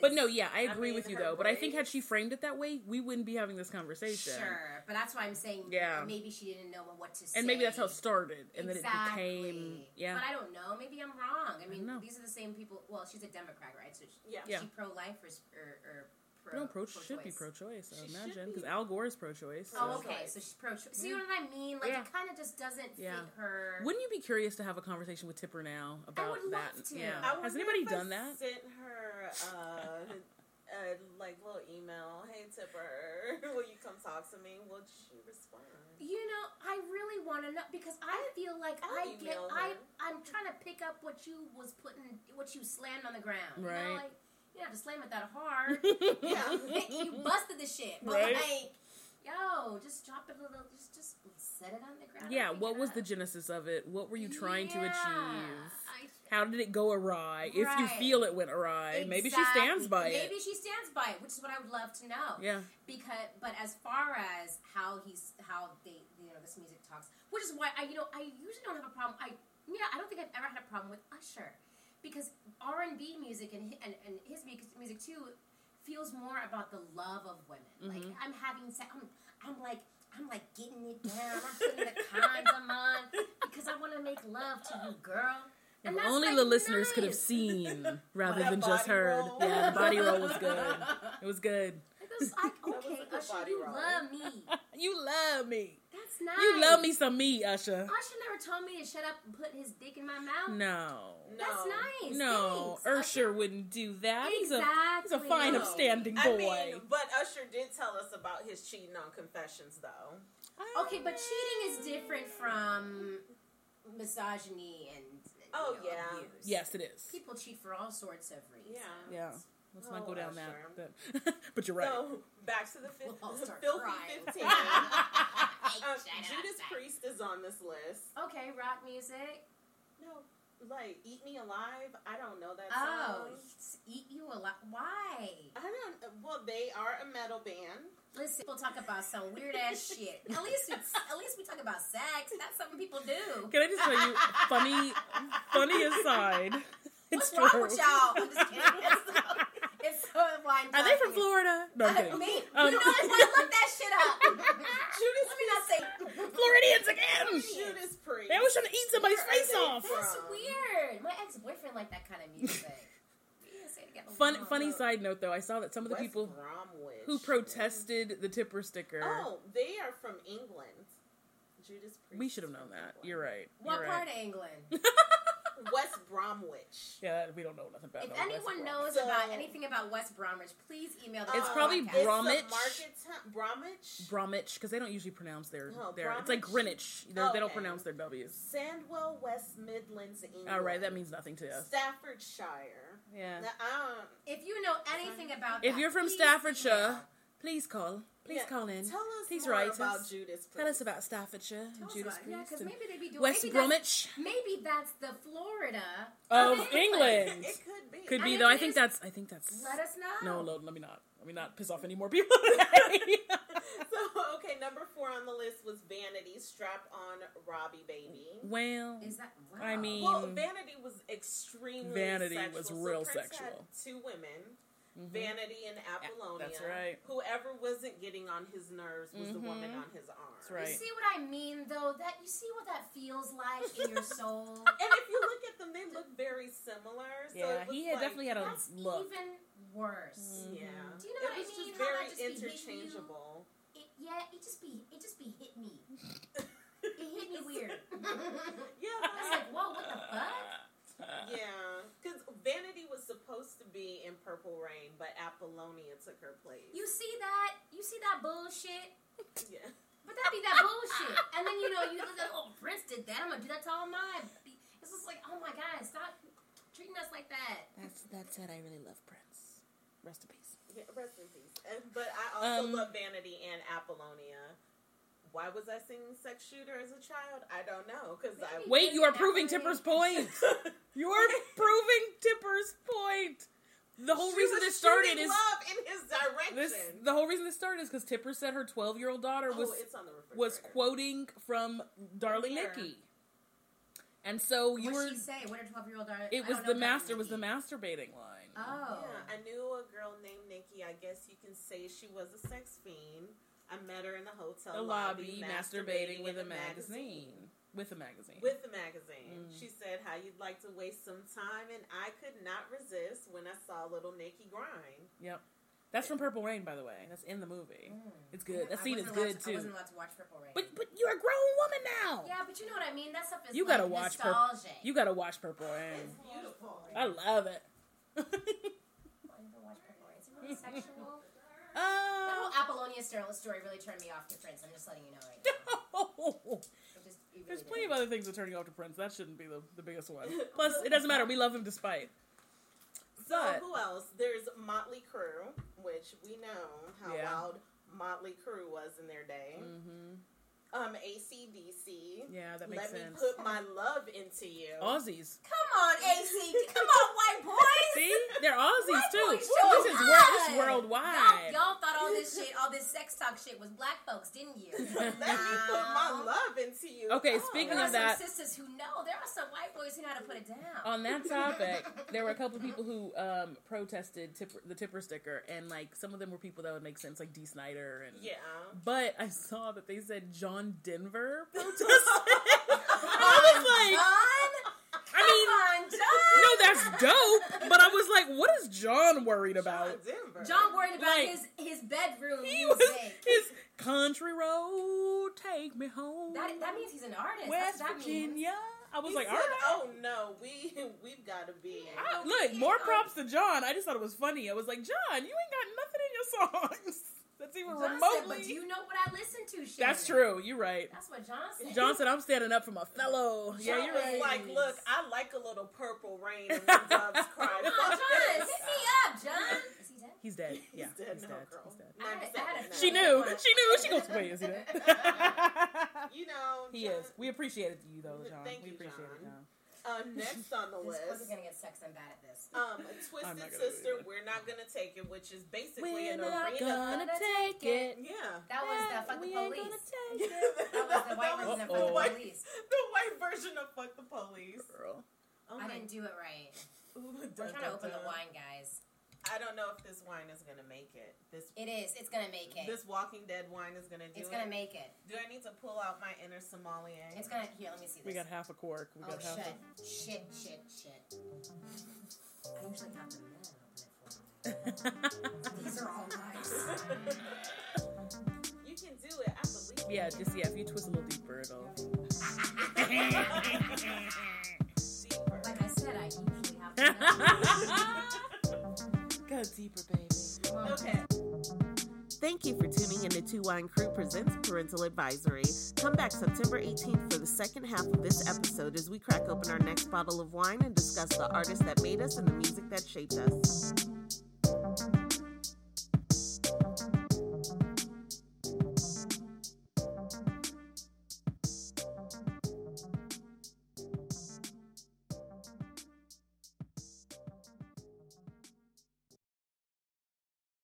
Speaker 2: *laughs* But no, yeah, I
Speaker 1: I
Speaker 2: agree
Speaker 1: mean,
Speaker 2: with you
Speaker 1: her
Speaker 2: though. But I think had
Speaker 1: braids-
Speaker 2: she framed it that way, we wouldn't be having this conversation.
Speaker 3: Sure, but that's why I'm saying.
Speaker 2: Yeah.
Speaker 3: Maybe she didn't know what to say.
Speaker 2: And maybe that's how it started, and
Speaker 3: exactly.
Speaker 2: then it became yeah.
Speaker 3: But I don't know. Maybe I'm wrong. I mean,
Speaker 2: know.
Speaker 3: these are the same people. Well, she's a Democrat, right? So she,
Speaker 1: Yeah.
Speaker 2: Yeah.
Speaker 3: she pro-life or, s- or, or pro.
Speaker 2: no, pro should be
Speaker 3: pro-choice.
Speaker 2: pro-choice. I
Speaker 1: She should
Speaker 2: imagine because
Speaker 1: be.
Speaker 2: Al Gore is pro-choice.
Speaker 3: Oh,
Speaker 2: so-
Speaker 3: okay. So she's pro-choice. See what I mean? Like
Speaker 2: Yeah.
Speaker 3: it kind of just doesn't
Speaker 2: Yeah.
Speaker 3: fit her.
Speaker 2: Wouldn't you be curious to have a conversation with Tipper now about
Speaker 3: would love
Speaker 2: that?
Speaker 3: to.
Speaker 2: Yeah.
Speaker 1: I
Speaker 2: Has
Speaker 1: wonder
Speaker 2: anybody
Speaker 1: if I
Speaker 2: done that?
Speaker 1: Sent her uh, *laughs* a like little email. Hey Tipper, *laughs* will you come talk to me? Would she respond?
Speaker 3: You know, I really want to know because I feel like
Speaker 1: I'll
Speaker 3: I get
Speaker 1: email
Speaker 3: I
Speaker 1: her.
Speaker 3: I'm trying to pick up what you was putting what you slammed on the ground. You
Speaker 2: Right.
Speaker 3: know, like you don't have to slam it that
Speaker 2: *laughs*
Speaker 3: hard. *laughs*
Speaker 1: Yeah.
Speaker 3: you busted the shit. But
Speaker 2: Right.
Speaker 3: like, yo, just drop it a little. Just just set it on the ground.
Speaker 2: *laughs* Yeah.
Speaker 3: and
Speaker 2: What
Speaker 3: pick
Speaker 2: was
Speaker 3: it
Speaker 2: the
Speaker 3: up.
Speaker 2: genesis of it? What were you trying to
Speaker 3: Yeah,
Speaker 2: achieve?
Speaker 3: I-
Speaker 2: How did it go awry? If you
Speaker 3: Right.
Speaker 2: feel it went awry, maybe she
Speaker 3: Exactly.
Speaker 2: stands by it.
Speaker 3: Maybe she stands by it, which is what I would love to know.
Speaker 2: Yeah.
Speaker 3: because but as far as how he's how they you know this music talks which is why i you know i usually don't have a problem i yeah i don't think i've ever had a problem with usher because r&b music and, hi- and, and his mu- music too feels more about the love of women
Speaker 2: Mm-hmm.
Speaker 3: like i'm having sex I'm, I'm like i'm like getting it down i'm putting the condom on because i want to make love to you girl and
Speaker 2: If
Speaker 3: that's,
Speaker 2: only
Speaker 3: like,
Speaker 2: the listeners could have
Speaker 3: nice. *laughs*
Speaker 2: seen rather
Speaker 1: That
Speaker 2: than just
Speaker 1: body
Speaker 2: heard.
Speaker 1: roll.
Speaker 2: Yeah, the body roll was good. It was good.
Speaker 3: It was like,
Speaker 1: was
Speaker 3: okay,
Speaker 1: a good
Speaker 3: Usher,
Speaker 1: body
Speaker 3: you
Speaker 1: roll.
Speaker 3: love me.
Speaker 2: *laughs* You love me.
Speaker 3: That's nice.
Speaker 2: You love me some me, Usher.
Speaker 3: Usher never told me to shut up and put his dick in my mouth.
Speaker 2: No.
Speaker 3: That's
Speaker 1: No.
Speaker 3: nice.
Speaker 2: No,
Speaker 3: Uh, Thanks, Usher.
Speaker 2: Usher wouldn't do that. He's a he's a
Speaker 3: Exactly.
Speaker 2: fine,
Speaker 3: No.
Speaker 2: upstanding boy.
Speaker 1: I mean, but Usher did tell us about his cheating on Confessions, though.
Speaker 3: Okay, but cheating is different from misogyny and you
Speaker 1: Oh,
Speaker 3: know,
Speaker 1: yeah.
Speaker 3: abuse.
Speaker 2: *sighs* Yes, it is.
Speaker 3: People cheat for all sorts of reasons.
Speaker 1: Yeah.
Speaker 2: Yeah. Let's not
Speaker 1: Oh,
Speaker 2: go down
Speaker 1: Usher.
Speaker 2: that. that- *laughs* but you're right.
Speaker 1: So *laughs* back to the fif- *laughs*
Speaker 3: We'll all start
Speaker 1: filthy
Speaker 3: crying. *laughs*
Speaker 1: fifteen.
Speaker 3: Hey,
Speaker 1: Um,
Speaker 3: shut up,
Speaker 1: Judas
Speaker 3: Zach.
Speaker 1: Priest is on this list.
Speaker 3: Okay, rock music.
Speaker 1: No, like Eat Me Alive. I don't know that
Speaker 3: Oh,
Speaker 1: song.
Speaker 3: eat you a lot. Why?
Speaker 1: I don't. Well, they are a metal band.
Speaker 3: Listen, people talk about some weird ass shit. At least, we, at least we talk about sex. That's something people do.
Speaker 2: Can I just tell
Speaker 3: *laughs*
Speaker 2: you, funny, funny
Speaker 1: *laughs*
Speaker 2: aside,
Speaker 3: What's
Speaker 2: it's
Speaker 3: wrong
Speaker 2: true.
Speaker 3: with y'all? I'm
Speaker 2: *laughs*
Speaker 3: just kidding. *laughs* It's so, it's so blind.
Speaker 2: Are they from Florida? No, I'm kidding.
Speaker 3: Me?
Speaker 2: Um,
Speaker 3: you know, I want to look that shit
Speaker 2: *laughs*
Speaker 3: up. Let me not say.
Speaker 2: Floridians again.
Speaker 1: Judas Priest.
Speaker 2: They always trying to eat somebody's
Speaker 1: Where are
Speaker 2: face
Speaker 1: they
Speaker 2: off.
Speaker 1: from?
Speaker 3: That's weird. My ex boyfriend liked that kind
Speaker 2: *laughs*
Speaker 3: of music. We didn't say it together
Speaker 2: Fun,
Speaker 3: long.
Speaker 2: funny side note though, I saw that some of the
Speaker 1: West
Speaker 2: people
Speaker 1: Bromwich.
Speaker 2: who protested the tipper sticker.
Speaker 1: Oh, they are from England. Judas Priest.
Speaker 2: We
Speaker 1: is
Speaker 2: should have known
Speaker 1: from
Speaker 2: that.
Speaker 1: England.
Speaker 2: You're right.
Speaker 3: What
Speaker 2: You're right.
Speaker 3: part of England?
Speaker 1: West Bromwich.
Speaker 2: Yeah, we don't know nothing about.
Speaker 3: If
Speaker 2: no
Speaker 3: anyone
Speaker 2: Westworld.
Speaker 3: knows
Speaker 1: So-
Speaker 3: about anything about West Bromwich, please email the
Speaker 2: It's
Speaker 1: Um,
Speaker 2: probably
Speaker 1: it's
Speaker 3: podcast.
Speaker 1: the
Speaker 2: Bromwich.
Speaker 1: market town- Bromwich.
Speaker 2: Bromwich, because they don't usually pronounce their
Speaker 1: Oh,
Speaker 2: their. It's like Greenwich. They're- They don't
Speaker 1: Okay.
Speaker 2: pronounce their W's.
Speaker 1: Sandwell, West Midlands, England.
Speaker 2: All right, that means nothing to us.
Speaker 1: Staffordshire.
Speaker 2: Yeah.
Speaker 1: Now, um, I
Speaker 3: If you know anything about
Speaker 2: If
Speaker 3: that,
Speaker 2: you're from
Speaker 3: please
Speaker 2: Staffordshire,
Speaker 3: email.
Speaker 2: please call. Please
Speaker 1: Yeah,
Speaker 2: call in.
Speaker 1: don't- Tell us
Speaker 2: Please
Speaker 1: more
Speaker 2: write
Speaker 1: about
Speaker 2: us.
Speaker 1: Judas.
Speaker 2: Tell us
Speaker 1: Priest.
Speaker 2: about Staffordshire and
Speaker 3: Tell us
Speaker 2: Judas
Speaker 3: about it. Yeah,
Speaker 2: Priest.
Speaker 3: because
Speaker 2: and
Speaker 3: maybe they be doing
Speaker 2: West
Speaker 3: maybe that's-
Speaker 2: Bromwich
Speaker 3: Maybe that's the Florida
Speaker 2: of
Speaker 3: of
Speaker 2: England.
Speaker 1: *laughs* It could be.
Speaker 2: Could
Speaker 3: And
Speaker 2: be
Speaker 3: if
Speaker 2: though. I
Speaker 3: it
Speaker 2: think
Speaker 3: is-
Speaker 2: that's. I think that's.
Speaker 3: *laughs* Let us
Speaker 2: No,
Speaker 3: know.
Speaker 2: no, let me not. Let me not piss off any more
Speaker 3: *laughs*
Speaker 2: people. today.
Speaker 1: *laughs* so okay, number four on the list was Vanity. Strap on Robbie Baby.
Speaker 2: well,
Speaker 3: Is that wow.
Speaker 2: I mean-
Speaker 1: Well, Vanity was extremely
Speaker 2: Vanity
Speaker 1: sexual.
Speaker 2: was
Speaker 1: So
Speaker 2: real
Speaker 1: Prince had
Speaker 2: sexual.
Speaker 1: two women,
Speaker 2: mhm.
Speaker 1: Vanity and Apollonia.
Speaker 2: that's right.
Speaker 1: Whoever wasn't getting on his nerves was the woman
Speaker 2: Mhm.
Speaker 1: on his arm.
Speaker 2: That's right.
Speaker 3: You see what I mean, though. That you see what that feels like in
Speaker 2: *laughs*
Speaker 3: your soul.
Speaker 1: And if you look at them, they look very similar. So
Speaker 2: yeah,
Speaker 1: it was
Speaker 2: he had
Speaker 1: like-
Speaker 2: definitely had a
Speaker 3: That's
Speaker 2: look.
Speaker 3: even worse.
Speaker 2: Mhm.
Speaker 1: Yeah.
Speaker 2: *laughs*
Speaker 3: Do you know what I
Speaker 1: it was
Speaker 3: mean?
Speaker 1: just
Speaker 3: How that
Speaker 1: very
Speaker 3: just be hitting you?
Speaker 1: interchangeable.
Speaker 3: It, yeah, it just be it just be hit
Speaker 1: *laughs*
Speaker 3: me. It hit me weird. I was
Speaker 1: yeah.
Speaker 3: like, whoa, what the fuck?
Speaker 1: Yeah, because Vanity was supposed to be in Purple Rain, but Apollonia took her place.
Speaker 2: *laughs*
Speaker 3: You see that? You see that bullshit?
Speaker 1: yeah.
Speaker 3: But that be that bullshit. And then you know you look at oh Prince did that. I'm gonna do that to all mine. It's just like oh my god, stop treating us like that.
Speaker 2: That's that said, I really love Prince. Rest in peace.
Speaker 1: yeah, rest in peace. And, but I also
Speaker 2: Um,
Speaker 1: love Vanity and Apollonia. Why was I singing Sex Shooter as a child? I don't know, because I *laughs*
Speaker 3: Maybe.
Speaker 2: Wait, you are
Speaker 3: That
Speaker 2: proving
Speaker 3: way-
Speaker 2: Tipper's point. You are proving Tipper's point. The whole
Speaker 1: She
Speaker 2: reason
Speaker 1: was
Speaker 2: this started
Speaker 1: shooting
Speaker 2: is
Speaker 1: love in his direction.
Speaker 2: this. The whole reason this started is because Tipper said her twelve-year-old daughter was
Speaker 1: oh, it's on the refrigerator.
Speaker 2: was quoting from Darling
Speaker 1: Here.
Speaker 2: Nikki, and so you
Speaker 3: What
Speaker 2: were.
Speaker 3: she say? What her twelve year old daughter? I
Speaker 2: It was
Speaker 3: don't know
Speaker 2: the
Speaker 3: what
Speaker 2: master.
Speaker 3: that
Speaker 2: Was the
Speaker 3: means.
Speaker 2: masturbating line?
Speaker 3: Oh.
Speaker 1: Yeah, I knew a girl named Nikki. I guess you can say she was a sex fiend. I met her in the hotel
Speaker 2: the lobby, masturbating
Speaker 1: in
Speaker 2: with
Speaker 1: the
Speaker 2: a magazine. With a magazine.
Speaker 1: With the magazine.
Speaker 2: Mm.
Speaker 1: She said how you'd like to waste some time, and I could not resist when I saw little Nikki grind.
Speaker 2: That's from Purple Rain, by the way. That's in the movie.
Speaker 3: Mm.
Speaker 2: It's good.
Speaker 3: I
Speaker 2: That scene is
Speaker 3: wasn't allowed
Speaker 2: good
Speaker 3: to- I
Speaker 2: too.
Speaker 3: wasn't allowed to watch Purple Rain.
Speaker 2: But but you're a grown woman now.
Speaker 3: yeah, but you know what I mean. That stuff is
Speaker 2: You
Speaker 3: like
Speaker 2: gotta watch Purple-
Speaker 3: nostalgic.
Speaker 2: You gotta watch Purple Rain.
Speaker 1: It's beautiful.
Speaker 2: I love it.
Speaker 3: I never watched Purple Rain. It's
Speaker 2: *laughs*
Speaker 3: really sexual. That
Speaker 2: Oh.
Speaker 3: whole Apollonia Sterling story really turned me off to Prince. I'm just letting you know right
Speaker 2: *laughs*
Speaker 3: now. It just, it really
Speaker 2: There's
Speaker 3: did.
Speaker 2: plenty of other things that turn you off to Prince. That shouldn't be the, the biggest
Speaker 1: *laughs*
Speaker 2: one. Plus, it doesn't matter. We love him despite.
Speaker 1: So
Speaker 2: But-
Speaker 1: who else? There's Motley Crue, which we know how
Speaker 2: Yeah.
Speaker 1: loud Motley Crue was in their day.
Speaker 2: Mm-hmm.
Speaker 1: Um, ACDC.
Speaker 2: Yeah, that makes
Speaker 1: Let me
Speaker 2: sense. Oh.
Speaker 1: put my love into you.
Speaker 2: Aussies. *laughs*
Speaker 3: Come on, AC. Come on, white boys.
Speaker 2: See, they're Aussies
Speaker 3: White
Speaker 2: too.
Speaker 3: boys show
Speaker 2: This is, wor- this
Speaker 3: up.
Speaker 2: is worldwide.
Speaker 3: Y'all, y'all thought
Speaker 2: *laughs*
Speaker 3: all this shit, all this sex talk shit was black folks, didn't you?
Speaker 1: *laughs* Let me
Speaker 2: *laughs*
Speaker 1: put my love into you.
Speaker 2: Okay,
Speaker 1: Oh.
Speaker 2: speaking
Speaker 3: There
Speaker 2: of
Speaker 3: are some
Speaker 2: that- Oh.
Speaker 3: sisters who know. There are some white boys who know how to put it down.
Speaker 2: On that
Speaker 1: *laughs*
Speaker 2: topic, there were a couple of people who um, protested tipper, the tipper sticker, and like some of them were people that would make sense, like D. Snyder and. *laughs*
Speaker 1: Yeah.
Speaker 2: But I saw that they said John Denver
Speaker 1: *laughs*
Speaker 2: protested. *laughs* I was like,
Speaker 3: John,
Speaker 2: I
Speaker 3: come on, John.
Speaker 2: mean, no, that's dope. But I was like, what is John worried about?
Speaker 1: John Denver.
Speaker 3: *laughs* John worried about
Speaker 2: Like,
Speaker 3: his his bedroom
Speaker 2: He was
Speaker 3: music.
Speaker 2: his country road, take me home.
Speaker 3: that, that means he's an artist.
Speaker 2: West
Speaker 3: That's what that means.
Speaker 2: Virginia. I was
Speaker 1: He
Speaker 2: like,
Speaker 1: said,
Speaker 2: all right.
Speaker 1: Oh no, we *laughs* we've got to be.
Speaker 2: I-
Speaker 3: Okay.
Speaker 2: look, more props to John. I just thought it was funny. I was like, John, you ain't got nothing in your songs *laughs* that's even
Speaker 3: John said,
Speaker 2: remotely.
Speaker 3: but do you know what I listen to? Shannon?
Speaker 2: that's true. You're
Speaker 3: *laughs*
Speaker 2: right.
Speaker 3: That's what John said.
Speaker 2: John said, I'm standing up for my fellow.
Speaker 1: John
Speaker 2: yeah, you're
Speaker 1: was
Speaker 2: right.
Speaker 1: Like, look, I like a little purple
Speaker 2: *laughs*
Speaker 1: rain and when doves cry.
Speaker 3: Come on,
Speaker 1: Fuck
Speaker 3: John,
Speaker 1: this.
Speaker 3: hit me up, John. Is he dead?
Speaker 2: He's dead.
Speaker 1: *laughs* He's
Speaker 2: Yeah, he's
Speaker 1: dead
Speaker 2: dead.
Speaker 1: now, girl.
Speaker 2: He's dead.
Speaker 3: I had a- I had a-
Speaker 2: She knew. She knew. She goes, wait, is he
Speaker 1: *laughs*
Speaker 2: dead? *laughs*
Speaker 1: You know,
Speaker 2: he
Speaker 1: John,
Speaker 2: is. We appreciated you, though, John.
Speaker 1: Thank
Speaker 2: we
Speaker 1: you,
Speaker 2: appreciate it, John.
Speaker 1: John. Uh,
Speaker 3: *laughs*
Speaker 1: next on the
Speaker 3: This wasn't
Speaker 1: list, *laughs*
Speaker 3: gonna get sex. I'm bad at this.
Speaker 1: um,
Speaker 2: I'm not
Speaker 1: Twisted
Speaker 2: gonna do
Speaker 1: Sister.
Speaker 2: it.
Speaker 1: We're not gonna take it, which is basically
Speaker 2: We're
Speaker 1: an
Speaker 2: not
Speaker 1: arena. *laughs*
Speaker 2: gonna take it.
Speaker 1: yeah.
Speaker 3: that was the fuck the
Speaker 2: We ain't
Speaker 3: police.
Speaker 2: gonna take
Speaker 1: Yeah,
Speaker 2: it.
Speaker 3: That was
Speaker 1: *laughs*
Speaker 3: the white version of
Speaker 1: the
Speaker 2: Uh-oh.
Speaker 3: fuck
Speaker 1: white,
Speaker 3: the police.
Speaker 1: the white version of fuck the police.
Speaker 2: Girl.
Speaker 1: Oh
Speaker 3: I
Speaker 1: my-
Speaker 3: didn't do it right.
Speaker 1: *laughs* Ooh,
Speaker 3: We're
Speaker 1: dun,
Speaker 3: trying to
Speaker 1: dun,
Speaker 3: open the
Speaker 1: dun.
Speaker 3: wine, guys.
Speaker 1: I don't know if this wine is gonna make it. This
Speaker 3: It is. It's gonna make it.
Speaker 1: this Walking Dead wine is gonna do
Speaker 3: It's
Speaker 1: it.
Speaker 3: gonna make it.
Speaker 1: do I need to pull out my inner sommelier?
Speaker 3: It's gonna. Here, let me see this.
Speaker 2: We got half a cork. We
Speaker 3: oh
Speaker 2: got half
Speaker 3: shit!
Speaker 2: a.
Speaker 3: Shit! Shit! Shit! I usually got the men open it for me. These are all nice.
Speaker 1: you can do it. I believe.
Speaker 2: *laughs*
Speaker 1: you.
Speaker 2: yeah, just, yeah, *laughs* if you twist a little deeper, it'll.
Speaker 1: Deeper.
Speaker 3: Like
Speaker 2: Go deeper, baby. *laughs*
Speaker 1: Okay. Thank you for tuning in to Two Wine Crew Presents Parental Advisory. Come back September 18th for the second half of this episode as we crack open our next bottle of wine and discuss the artist that made us and the music that shaped us.